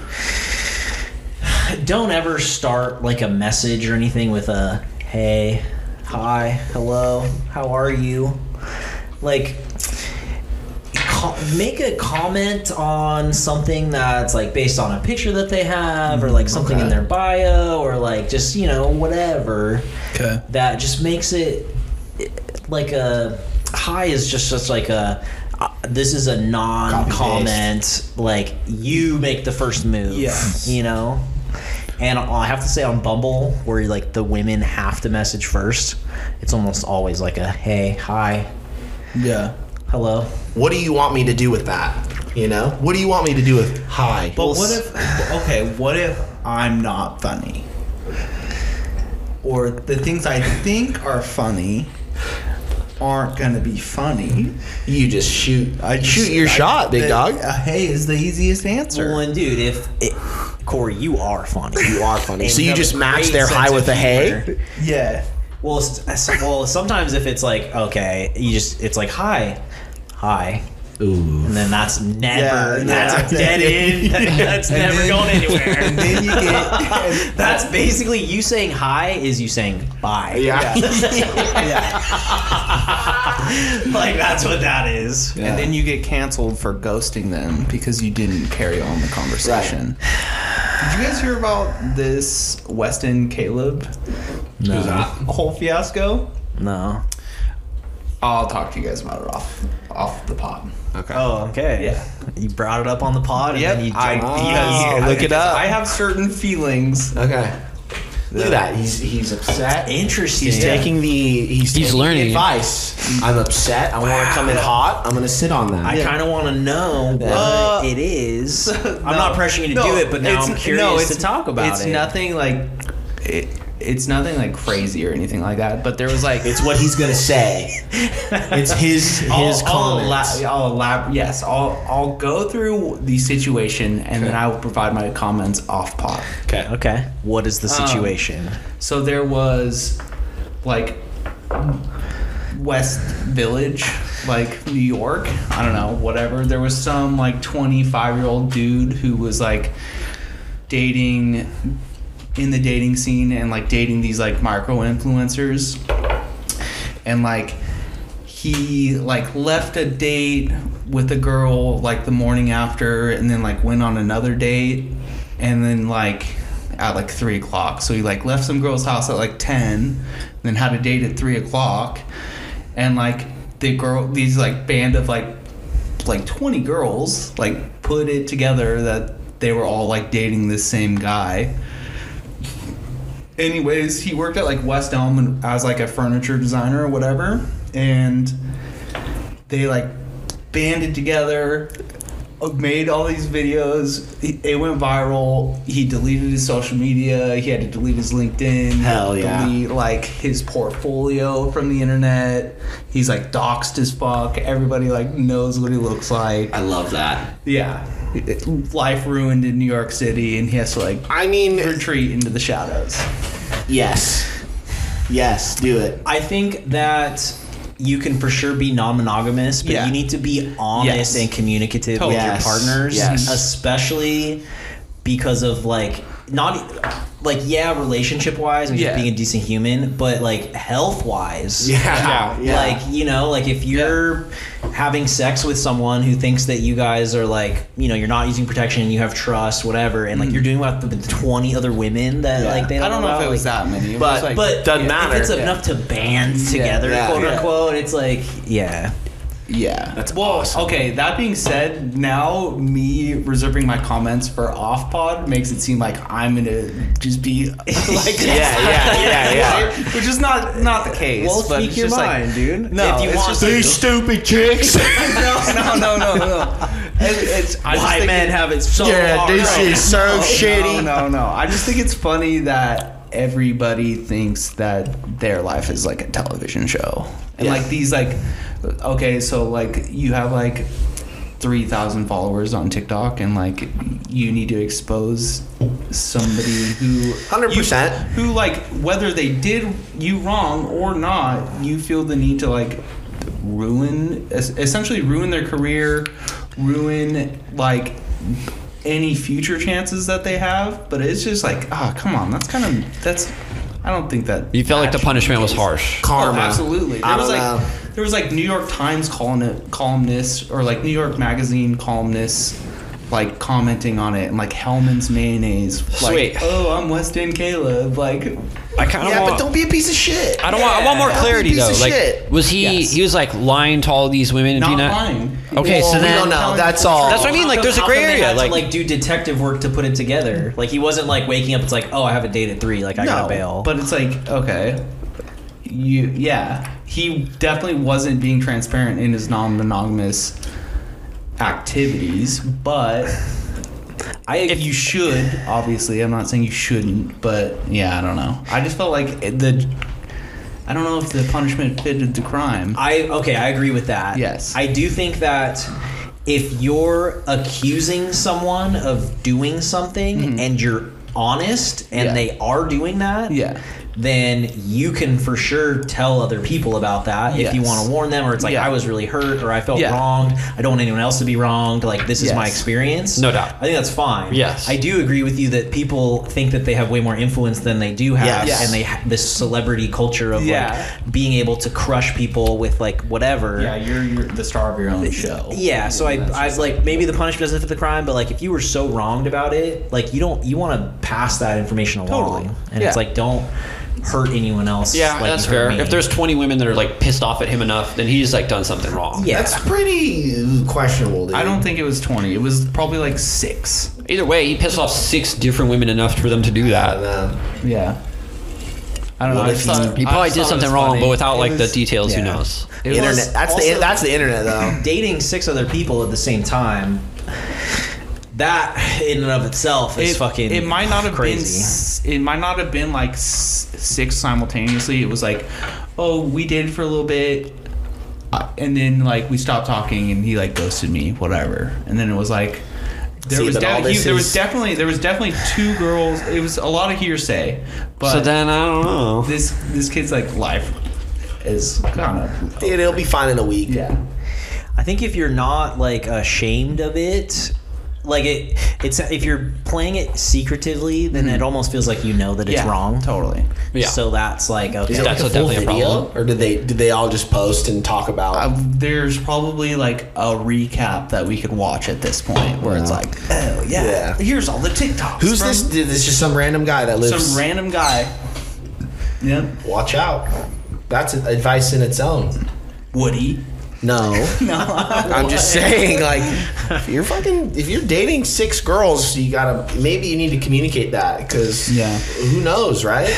S4: don't ever start like a message or anything with a hey, hi, hello, how are you? Like, co- make a comment on something that's like based on a picture that they have or like something in their bio or like just, you know, whatever
S3: Okay.
S4: that just makes it it- like a high is just such like a uh, this is a non-comment like you make the first move
S3: Yes.
S4: you know and i have to say on bumble where like the women have to message first it's almost always like a hey hi
S3: Yeah.
S4: hello
S11: What do you want me to do with that? You know, what do you want me to do with hi?
S3: But what if okay, what if I'm not funny? Or the things I think are funny aren't gonna be funny.
S11: you just shoot?
S3: I just-
S11: shoot your
S3: I-
S11: shot, big
S3: the-
S11: dog.
S3: uh, hey is the easiest answer.
S4: Well, and dude, if it, Corey, you are funny.
S11: You are funny.
S4: And
S11: So you
S4: have a
S11: just match
S4: great
S11: their
S4: sense
S11: high
S4: of
S11: with a
S4: humor.
S11: hey.
S3: yeah.
S4: Well, s- s- well, sometimes if it's like okay, you just it's like hi, hi. Ooh. And then that's never
S3: Yeah,
S4: that's
S3: yeah.
S4: a
S3: [LAUGHS]
S4: dead end. That's never
S3: then-
S4: going anywhere.
S3: [LAUGHS] And then
S11: [LAUGHS]
S3: you get
S4: that's basically you saying hi is you saying bye.
S11: Yeah.
S3: yeah.
S4: [LAUGHS] like that's what that is.
S3: And then you get canceled for ghosting them because you didn't carry on the conversation. Did you guys hear about this Weston Caleb whole fiasco?
S4: No.
S3: I'll talk to you guys about it off off the pod.
S4: Oh, okay.
S3: Yeah.
S4: You brought it up on the pod, and then you
S3: I,
S4: jumped-
S3: because-
S11: look it up.
S3: I have certain feelings.
S11: [LAUGHS] Okay. Look at that. He's he's upset.
S4: Interesting.
S11: He's taking the he's, taking the
S2: learning.
S11: advice. I'm upset. I want to come in hot. I'm gonna sit on that.
S4: I
S11: Yeah.
S4: kind of want to know what
S3: Uh,
S4: it
S3: [LAUGHS]
S4: is. I'm not pressuring you to
S3: No,
S4: do it, but now
S3: it's-
S4: I'm curious
S3: no,
S4: to talk about
S3: it's
S4: it.
S3: nothing like it, it's nothing like crazy or anything like that. But there was like
S11: It's what he's gonna say. It's his his
S3: I'll- I'll,
S11: comments.
S3: elab- I'll elab- Yes, I'll I'll go through the situation and then I will provide my comments off pod.
S4: Okay. What is the
S11: Um,
S4: situation?
S3: So there was like West Village, like New York. I don't know, whatever. There was some like 25 year old dude who was like dating in the dating scene and like dating these like micro influencers. And like he like left a date with a girl like the morning after and then like went on another date and then like at like three o'clock so he like left some girl's house at like 10 then had a date at three o'clock and like the girl these like band of like like 20 girls like put it together that they were all like dating this same guy anyways, he worked at like West Elm and- as like a furniture designer or whatever, and they like banded together, uh, made all these videos. He- It went viral. He deleted his social media. He had to delete his LinkedIn.
S11: Hell yeah.
S3: Delete like his portfolio from the internet. He's like doxed as fuck. Everybody like knows what he looks like.
S11: I love that.
S3: Yeah. Life ruined in New York City, and he has to like
S11: I mean,
S3: retreat into the shadows.
S11: yes, yes, do it.
S4: I think that you can for sure be non-monogamous, but
S3: Yeah.
S4: you need to be honest
S3: Yes.
S4: and communicative with
S11: Yes.
S4: your partners,
S11: Yes.
S4: especially because of like not like yeah, relationship wise and just
S3: Yeah.
S4: being a decent human, but like health wise.
S11: Yeah,
S4: [LAUGHS]
S11: yeah.
S4: Like, you know, like if you're having sex with someone who thinks that you guys are like, you know, you're not using protection, you have trust, whatever, and like you're doing that with the 20 other women that like they don't
S3: Mm. I don't know if
S4: about,
S3: it was
S4: like-
S3: that many,
S11: but-
S3: it was like,
S4: but
S11: Doesn't
S4: if
S11: matter.
S4: it's enough to band together,
S11: yeah,
S4: quote
S11: yeah.
S4: unquote. It's like, yeah,
S3: yeah, that's well. Okay, that being said, now me reserving my comments for off pod makes it seem like I'm gonna just be [LAUGHS] like,
S11: Yeah, yeah, [LAUGHS] yeah, [LAUGHS] yeah.
S3: [LAUGHS] which is not not the case.
S4: Well,
S3: but
S4: speak
S3: it's
S4: your
S3: just
S4: mind,
S3: like,
S4: dude.
S3: No,
S4: If you
S3: it's
S4: want
S3: just
S4: to.
S3: like,
S11: These stupid chicks.
S3: [LAUGHS] no, no, no, no, [LAUGHS] no. It, it's I
S4: [LAUGHS]
S3: just
S4: why
S3: think
S4: men
S3: it-
S4: have it so
S11: yeah,
S4: hard.
S11: this
S4: right?
S11: is so shitty.
S3: No, no, no. I just think it's funny that everybody thinks that their life is like a television show. And like these like okay, so like you have like 3000 followers on TikTok and like you need to expose somebody who
S11: Hundred percent.
S3: who like whether they did you wrong or not, you feel the need to like ruin es- essentially ruin their career, ruin like any future chances that they have. But it's just like, ah, come on, that's kind of that's. I don't think that
S2: You felt like the punishment was harsh.
S11: Karma.
S3: Oh, absolutely. There
S11: I
S3: was
S11: don't
S3: like
S11: know.
S3: there was like New York Times column columnists or like New York Magazine columnists like commenting on it and like Hellman's mayonnaise. Like,
S2: Sweet.
S3: Oh, I'm West End Caleb. Like
S2: I kind of
S11: Yeah,
S2: want.
S11: but don't be a piece of shit.
S2: I don't want. I want more
S11: Don't be a
S2: clarity
S11: piece
S2: though.
S11: of
S2: Like,
S11: shit.
S2: was he?
S3: Yes.
S2: He was like lying to all these women and
S3: not
S2: being a-
S3: mine.
S2: Okay,
S11: Well,
S2: so
S11: we
S2: then
S11: don't know.
S3: telling
S11: That's
S3: the
S11: all.
S2: That's what I mean. Like, there's a
S4: How
S2: gray
S4: come they
S2: area.
S4: had to,
S2: Like,
S4: like do detective work to put it together. Like he wasn't like waking up. It's like, oh, I have a date at three. Like I
S3: no,
S4: gotta bail.
S3: but it's like okay, you yeah. He definitely wasn't being transparent in his non-monogamous
S4: [LAUGHS]
S3: activities, but I if you should, obviously, I'm not saying you shouldn't, but yeah, I don't know. I just felt like it- the I don't know if the punishment fitted the crime.
S4: I okay, I agree with that.
S3: Yes.
S4: I do think that if you're accusing someone of doing something and you're honest and
S3: Mm-hmm. Yeah.
S4: they are doing that,
S3: Yeah.
S4: then you can for sure tell other people about that if you
S3: Yes.
S4: want to warn them or it's like
S3: Yeah.
S4: I was really hurt or I felt
S3: Yeah.
S4: wronged. I don't want anyone else to be wronged. Like this is my
S3: Yes.
S4: experience.
S2: No doubt.
S4: I think that's fine.
S2: Yes.
S4: I do agree with you that people think that they have way more influence than they do have
S3: Yes.
S4: and they ha- this celebrity culture of
S3: Yeah.
S4: like being able to crush people with like whatever.
S3: yeah, you're, you're the star of your own show.
S4: Yeah, so I, I was like, maybe the punishment doesn't fit the crime, but like if you were so wronged about it, like you don't, you want to pass that information along,
S3: Totally.
S4: and
S3: Yeah.
S4: it's like don't hurt anyone else.
S2: Yeah,
S4: like
S2: that's
S4: you hurt
S2: fair.
S4: me.
S2: If there's 20 women that are like pissed off at him enough, then he's like done something wrong.
S4: yeah,
S11: That's pretty questionable. Dude.
S3: I don't think it was 20. It was probably like 6.
S2: Either way, he pissed off six different women enough for them to do that.
S11: know.
S3: Yeah. I don't know. I just thought,
S2: He
S3: I
S2: probably
S3: just
S2: did
S3: thought it was
S2: something wrong,
S3: funny.
S2: but without like
S3: It
S2: the
S3: was-
S2: details, who
S4: yeah.
S2: knows?
S3: It was-
S11: internet. That's the
S4: also-
S11: that's the internet though.
S4: dating six other people at the same time, that in and of itself is
S3: it,
S4: fucking.
S3: It might not have
S4: crazy.
S3: been. s- It might not have been like s- six simultaneously. It was like, oh, we dated for a little bit, uh, and then like we stopped talking, and he like ghosted me, whatever. And then it was like, there
S11: See,
S3: was
S11: but all
S3: de- he-
S11: this
S3: there was
S11: is-
S3: definitely there was definitely two girls. It was a lot of hearsay, but
S2: so then I don't know.
S3: this this kid's like life is kind of
S11: [LAUGHS] Dude, it'll be fine in a week.
S3: yeah.
S4: I think if you're not like ashamed of it, like it, it's if you're playing it secretively, then it almost feels like you know that it's
S3: Mm-hmm. Yeah,
S4: wrong.
S3: Totally.
S2: Yeah.
S4: So that's like okay.
S11: Is it
S2: That's
S11: like a full
S2: definitely a
S11: video,
S2: problem.
S11: or did they did they all just post and talk about?
S3: Uh, there's probably like a recap that we could watch at this point where it's like, oh yeah,
S11: Yeah.
S3: here's all the TikToks.
S11: Who's
S3: from
S11: this? Did this just some random guy that lives?
S3: Some random guy. Yep.
S11: Watch out. That's advice in its own.
S3: Woody.
S11: No, no. I'm just saying, like, if you're fucking, if you're dating six girls, you gotta maybe you need to communicate that because
S3: Yeah.
S11: who knows, right?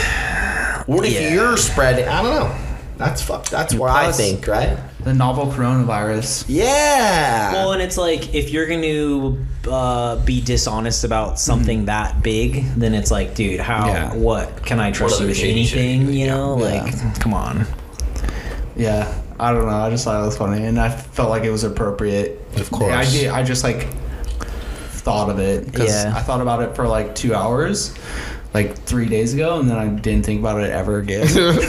S11: What if
S4: Yeah.
S11: you're spreading? I don't know. That's fuck. That's where I
S3: plus-
S11: think, right?
S3: The novel coronavirus.
S11: Yeah.
S4: Well, and it's like if you're going to uh, be dishonest about something that big, then it's like, dude, how?
S3: Mm-hmm. Yeah.
S4: What can I trust you
S2: other
S4: with
S2: shady shit are you
S4: anything? You know,
S3: Yeah.
S4: like come on.
S3: Yeah. I don't know. I just thought it was funny, and I felt like it was appropriate.
S11: Of course.
S3: I did. I just like thought of it because
S4: Yeah.
S3: I thought about it for like two hours, like three days ago, and then I didn't think about it ever again.
S11: [LAUGHS]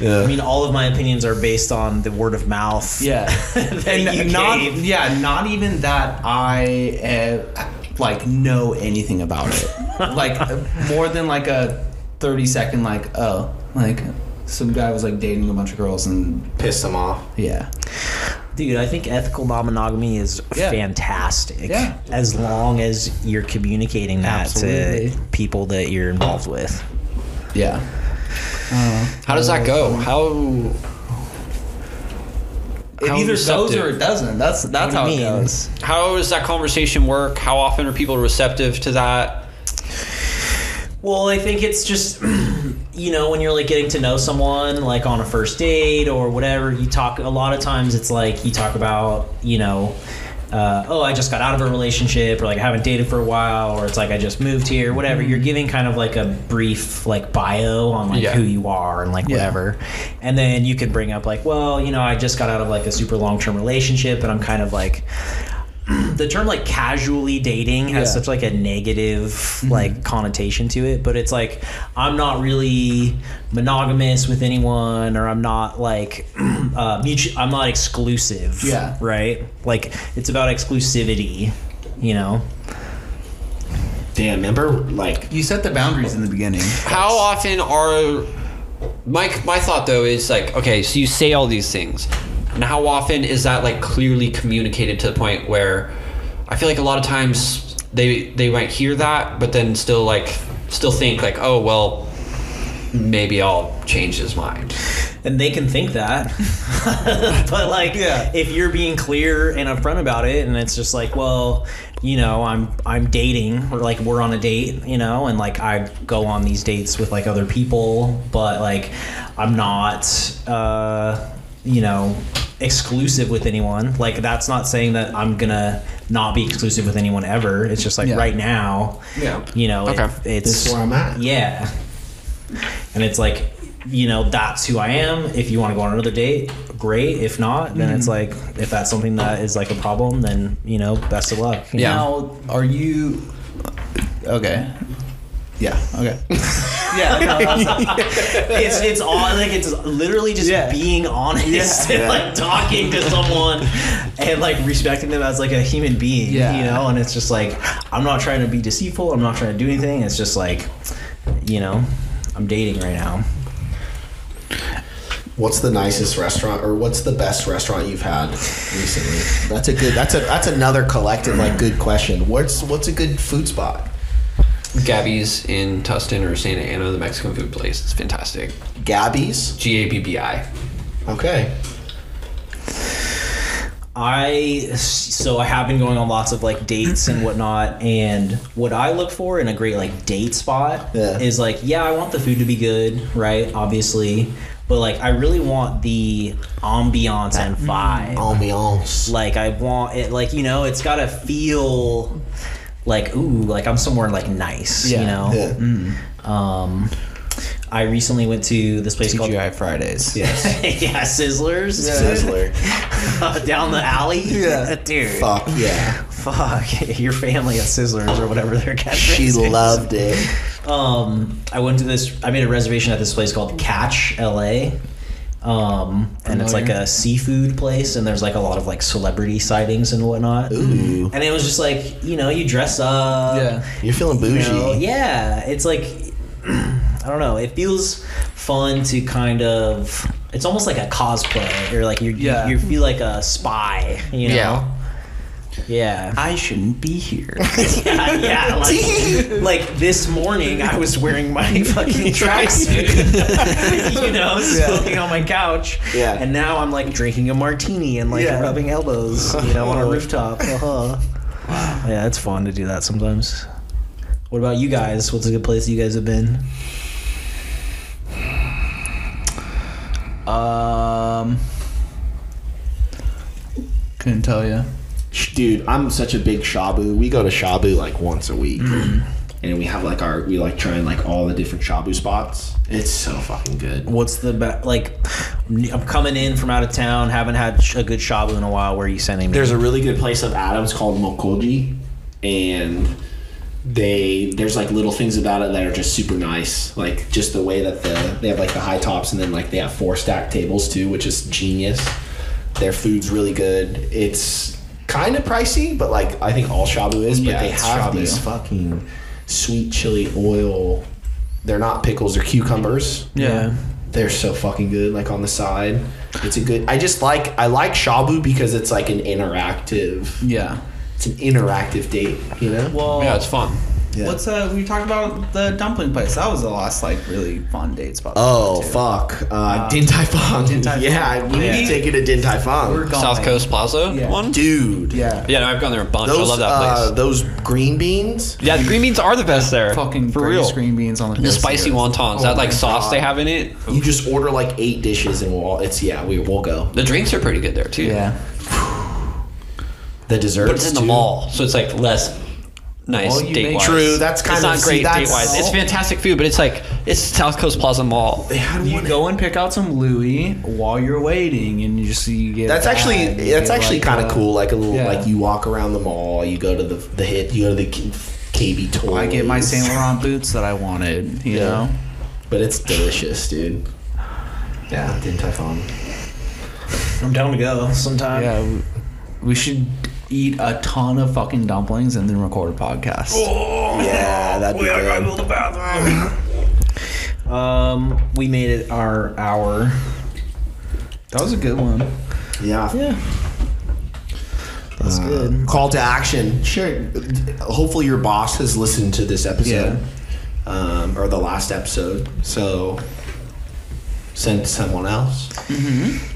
S4: I mean, all of my opinions are based on the word of mouth.
S3: Yeah,
S4: [LAUGHS] That you
S3: not
S4: gave.
S3: yeah, not even that I uh, like know anything about [LAUGHS] it. like uh, more than like a thirty second, like oh, like some guy was like dating a bunch of girls and
S11: piss them off.
S3: yeah,
S4: Dude, I think ethical non-monogamy is
S3: Yeah.
S4: fantastic.
S3: Yeah.
S4: As long as you're communicating that to
S3: Absolutely.
S4: people that you're involved with.
S3: yeah.
S2: How does that go? How
S3: It
S2: How
S3: either goes
S2: receptive.
S3: or it doesn't. That's that's
S4: do
S3: how
S4: you
S3: it
S4: mean?
S3: goes.
S2: how does that conversation work? How often are people receptive to that?
S4: Well, I think it's just [CLEARS THROAT] you know when you're like getting to know someone like on a first date or whatever, you talk a lot of times it's like you talk about, you know, uh, oh, I just got out of a relationship, or like I haven't dated for a while, or it's like I just moved here, whatever. You're giving kind of like a brief like bio on like
S2: Yeah.
S4: who you are and like whatever, and then you could bring up like, well, you know, I just got out of like a super long term relationship, and I'm kind of like, the term like casually dating has
S3: Yeah. Mm-hmm.
S4: such like a negative like connotation to it but it's like i'm not really monogamous with anyone or i'm not like [CLEARS THROAT] uh mutu- i'm not exclusive
S3: Yeah.
S4: right like it's about exclusivity you know
S1: Damn, remember like
S3: You set the boundaries in the beginning.
S2: How often are my my thought though is like okay, so you say all these things, and how often is that like clearly communicated to the point where I feel like a lot of times they they might hear that, but then still like still think like oh well, maybe I'll change his mind.
S4: and they can think that [LAUGHS] but like
S3: Yeah.
S4: if you're being clear and upfront about it and it's just like well you know i'm i'm dating or like we're on a date you know and like i go on these dates with like other people but like i'm not uh you know exclusive with anyone. Like that's not saying that I'm gonna not be exclusive with anyone ever. It's just like
S3: Yeah.
S4: right now,
S11: Yeah.
S4: you know, it-
S2: Okay.
S4: it's
S1: This is where I'm at.
S4: Yeah, and it's like, you know, that's who I am. If you want to go on another date, great. If not, then it's like, if that's something that is like a problem, then you know, best of luck. you
S2: Yeah.
S3: Now, are you? Okay. Yeah. [LAUGHS] Okay.
S4: Yeah, no, [LAUGHS] that's- it's it's all like it's literally just
S3: Yeah.
S4: being honest and like talking to someone and like respecting them as like a human being,
S3: Yeah.
S4: you know. And it's just like I'm not trying to be deceitful. I'm not trying to do anything. It's just like, you know, I'm dating right now.
S1: What's the nicest restaurant, or what's the best restaurant you've had recently? That's a good. That's a that's another collective like good question. What's what's a good food spot?
S2: Gabby's in Tustin or Santa Ana, the Mexican food place. It's fantastic.
S1: Gabby's.
S2: G A B B I.
S1: Okay.
S4: I so I have been going on lots of like dates and whatnot, and what I look for in a great like date spot
S1: Yeah.
S4: is like, yeah, I want the food to be good, right? Obviously, but like I really want the ambiance and
S1: Mm.
S4: vibe.
S1: Ambiance.
S4: Like I want it, like you know, it's gotta feel like ooh, like I'm somewhere like nice, you know.
S1: Yeah.
S4: Um, I recently went to this place [LAUGHS] called
S3: TGI Fridays. [LAUGHS]
S1: Yes.
S4: yeah Sizzlers
S1: Sizzler.
S4: [LAUGHS] down the alley,
S3: Yeah.
S4: [LAUGHS] dude.
S1: Fuck yeah.
S4: Fuck [LAUGHS] your family at Sizzlers or whatever their
S1: [LAUGHS]
S4: catchphrase [LAUGHS]
S1: She
S4: is.
S1: loved it.
S4: Um, I went to this. I made a reservation at this place called Catch LA, um, and it's like a seafood place, and there's like a lot of like celebrity sightings and whatnot.
S1: Ooh.
S4: And it was just like you know you dress up.
S3: Yeah.
S1: You're feeling
S4: you
S1: bougie.
S4: know, yeah. It's like [CLEARS THROAT] I don't know. It feels fun to kind of. It's almost like a cosplay, or like you're,
S3: Yeah.
S4: you you feel like a spy. You know.
S2: Yeah.
S4: Yeah.
S3: I shouldn't be here.
S4: yeah, [LAUGHS] yeah, like, like this morning I was wearing my [LAUGHS] fucking tracksuit, [LAUGHS] you know, smoking on my couch.
S1: Yeah.
S4: And now I'm like drinking a martini and like
S3: Yeah.
S4: rubbing elbows, you know, on a rooftop. Uh-huh. Yeah, it's fun to do that sometimes. What about you guys? What's a good place you guys have been?
S3: Um. Couldn't tell you.
S1: Sh- Dude, I'm such a big Shabu. We go to Shabu like once a week. And we have like our we like trying like all the different Shabu spots. It's so fucking good.
S4: What's the best? Like, I'm coming in from out of town, haven't had sh- a good shabu in a while. Where are you sending me?
S11: There's a really good place up Adams called Mokoji, and they there's like little things about it that are just super nice. Like just the way that the they have like the high tops, and then like they have four stack tables too, which is genius. Their food's really good. It's kind of pricey, but like I think all shabu is. But
S1: Yeah,
S11: they
S1: it's
S11: have
S1: shabu.
S11: these fucking sweet chili oil. They're not pickles or cucumbers.
S3: Yeah.
S1: They're so fucking good, like on the side. It's a good I just like I like Shabu because it's like an interactive
S3: Yeah.
S1: it's an interactive date, you know?
S3: Well.
S2: Yeah, it's fun.
S1: Yeah.
S3: What's uh? We talked about the dumpling place. That was the last like really fun date spot.
S1: Oh fuck! Uh, Din Tai Fung.
S3: Din Tai
S1: yeah, we need to
S3: Yeah.
S1: take you to Din Tai
S3: We're
S1: Fung,
S3: going.
S2: South Coast Plaza
S3: Yeah.
S2: one?
S1: dude.
S3: Yeah.
S2: Yeah, no, I've gone there a bunch. I
S1: those
S2: love that place.
S1: uh, those green beans.
S2: yeah, the green beans are the best there.
S3: Fucking
S2: for
S3: greatest
S2: real.
S3: green beans on the.
S2: The
S3: face of
S2: spicy
S3: earth.
S2: wontons, that like
S1: my
S2: sauce
S1: God.
S2: they have in it.
S1: You just order like eight dishes and we'll all. It's yeah, we will go.
S2: The drinks are pretty good there too.
S3: Yeah.
S1: The desserts.
S2: But it's in the
S1: too.
S2: mall, so it's like less nice
S3: Well, you
S2: date
S3: make-
S2: wise.
S1: True, that's kind
S2: it's
S1: of-
S2: not
S1: see,
S2: great
S1: that's-
S2: date wise. It's fantastic food, but it's like it's South Coast Plaza Mall.
S1: They had
S3: You
S1: one-
S3: go and pick out some Louis while you're waiting, and you just you get.
S1: That's
S3: that,
S1: actually
S3: and you
S1: that's
S3: get,
S1: actually
S3: like,
S1: kind of
S3: uh,
S1: cool. Like a little
S3: yeah.
S1: like you walk around the mall. You go to the the hit. You go to the K- KB toy.
S3: I get my Saint Laurent boots that I wanted. You
S1: Yeah.
S3: know.
S1: But it's delicious, dude. Yeah, Din Tai Fung.
S4: I'm down to go sometime.
S3: Yeah. w- We should eat a ton of fucking dumplings and then record a podcast.
S1: Oh. Yeah, that'd be good.
S4: Um, we made it our hour.
S3: That was a good one.
S1: Yeah.
S4: Yeah. That's good.
S1: Call to action. Sure. Hopefully, your boss has listened to this episode um, or the last episode. So send it to someone else.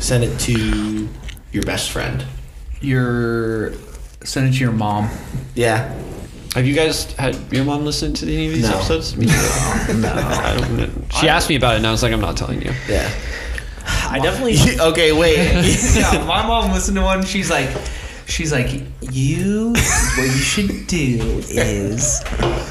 S1: Send it to your best friend.
S3: Your send it to your mom.
S1: Yeah.
S2: Have you guys had your mom listen to any of these
S1: No.
S2: episodes? Me neither. I don't know. She asked me about it, and I was like, I'm not telling you.
S1: Yeah.
S4: I [LAUGHS] definitely.
S1: okay, wait.
S3: [LAUGHS]
S4: [LAUGHS]
S3: yeah, my mom listened to one. She's like, she's like, you. What you should do is,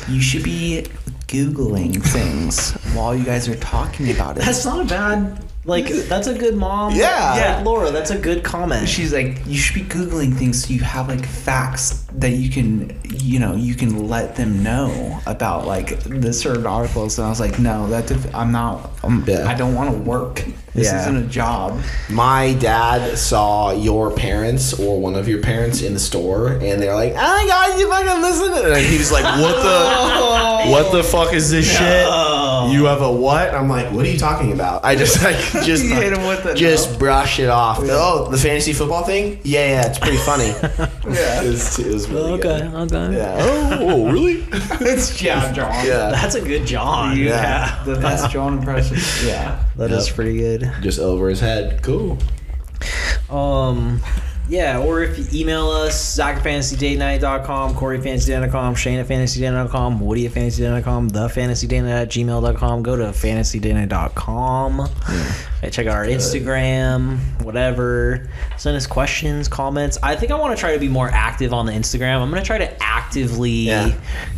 S3: you should be googling things while you guys are talking about it.
S4: That's not a bad. Like that's a good mom.
S1: Yeah.
S4: Like, Laura, that's a good comment.
S3: she's like, you should be googling things so you have like facts that you can, you know, you can let them know about like the certain articles. And I was like, no, that def- I'm not. I'm,
S1: Yeah.
S3: I don't want to work. This
S1: Yeah.
S3: isn't a job.
S1: My dad saw your parents or one of your parents in the store, and they're like, "Oh my god, you fucking listen!" to-" And he was like, "What
S3: [LAUGHS]
S1: the? what the fuck is this shit? You have a what?" I'm like, "What are you talking about?" I just
S3: [LAUGHS]
S1: like just
S3: You hit him with it,
S1: just brush it off. Oh, the fantasy football thing? Yeah, yeah, it's pretty
S3: [LAUGHS]
S1: funny. yeah, it was, it was really
S4: okay.
S1: good.
S4: Okay.
S1: Yeah. Oh, oh, really?
S3: It's
S12: [LAUGHS]
S3: job, John.
S1: yeah.
S4: That's a good John.
S3: Yeah. The best John impression. Yeah.
S4: that is pretty good.
S1: Just over his head. Cool.
S4: Um, yeah, or if you email us, Zach at fantasydatenight.com, Corey at fantasydatenight.com, Shane at fantasydatenight.com, Woody at fantasydatenight.com, the fantasydatenight at gmail.com. Go to fantasydatenight.com. Hey, check out our Instagram, whatever. Send us questions, comments. I think I want to try to be more active on the Instagram. I'm going to try to actively
S1: Yeah.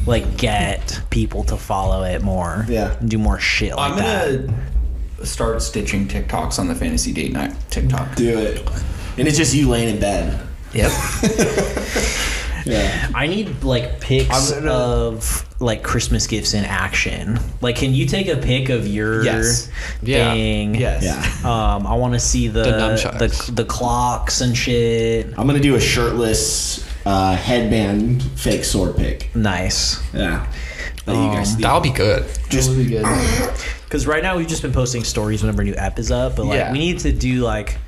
S4: like get people to follow it more.
S1: Yeah.
S4: And do more shit
S12: [LAUGHS]
S4: like
S12: I'm
S4: that.
S12: gonna start stitching TikToks on the fantasy date night TikTok.
S11: Do it. And it's just you laying in bed.
S4: Yep.
S11: Yeah.
S4: I need like pics
S12: I'm gonna-
S4: of like Christmas gifts in action. Like, can you take a pic of your
S12: Yes.
S2: Yeah.
S4: thing?
S12: Yes.
S11: Yeah.
S4: Um, I want to see the
S2: The nunchucks.
S4: the, the clocks and shit.
S11: I'm gonna do a shirtless uh, headband fake sword pick.
S4: Nice.
S11: Yeah. Oh, you guys-
S2: That'll be good.
S12: Just be good.
S4: Because right now we've just been posting stories whenever a new app is up, but like
S12: Yeah.
S4: we need to do like,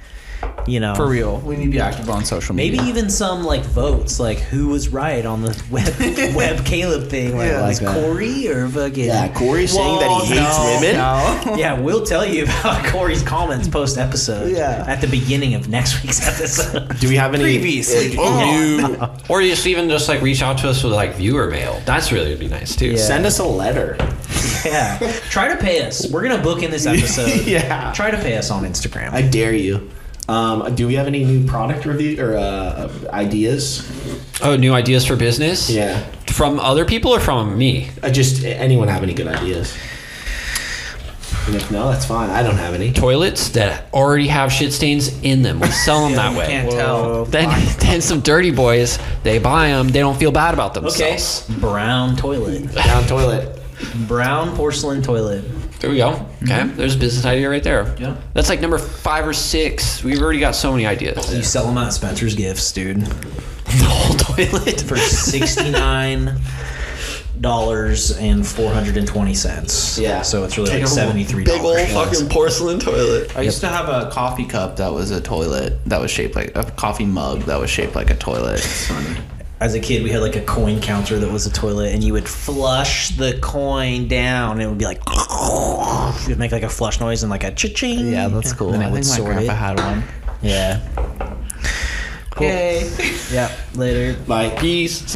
S4: you know,
S12: For real. We need to be active on social media.
S4: Maybe even some like votes, like who was right on the [LAUGHS] web web Caleb thing, like,
S11: Yeah.
S4: was
S11: Like that.
S4: Corey or fucking
S11: yeah, Corey saying
S3: Oh,
S11: that he hates
S4: Well, no. [LAUGHS]
S11: women.
S4: yeah, we'll tell you about [LAUGHS] Corey's comments post episode.
S3: Yeah.
S4: At the beginning of next week's
S11: [LAUGHS]
S4: episode.
S1: Do we have any
S3: Previously.
S1: Oh.
S2: Or just even just like reach out to us with like viewer mail. That's really would be nice too.
S4: Yeah.
S1: Send us a letter.
S4: yeah. Try to pay us. We're gonna book in this episode.
S1: Yeah.
S4: Try to pay us on Instagram.
S1: I dare you. Um, do we have any new product review or uh, ideas?
S2: Oh, new ideas for business?
S1: Yeah.
S2: From other people or from me?
S1: Uh, just anyone have any good ideas? And if no, that's fine. I don't have any.
S2: Toilets that already have shit stains in them. We sell them that way.
S3: Can't tell.
S2: Then, [LAUGHS] then some dirty boys, they buy them. They don't feel bad about
S4: okay.
S2: themselves.
S4: Brown toilet.
S1: Down toilet.
S4: Brown porcelain toilet.
S2: There we go. Okay. There's a business idea right there.
S4: Yeah.
S2: That's like number five or six. We've already got so many ideas. [LAUGHS]
S4: You sell them at Spencer's Gifts, dude.
S2: The whole toilet.
S4: For sixty nine dollars and four hundred and twenty cents.
S1: Yeah.
S4: So it's really like seventy three dollars.
S2: porcelain toilet.
S12: I used to have a coffee cup that was a toilet that was shaped like a coffee mug that was shaped like a toilet. It's funny.
S4: [LAUGHS] As a kid, we had like a coin counter that was a toilet, and you would flush the coin down, and it would be like, [LAUGHS] it would make like a flush noise and like a cha-ching.
S12: Yeah, that's cool.
S4: And
S12: I
S4: it would
S12: think my
S4: sort
S12: grandpa
S4: it.
S12: had one.
S4: Yeah.
S3: Yay.
S12: [LAUGHS]
S4: Yep. Later.
S1: Like
S2: Peace.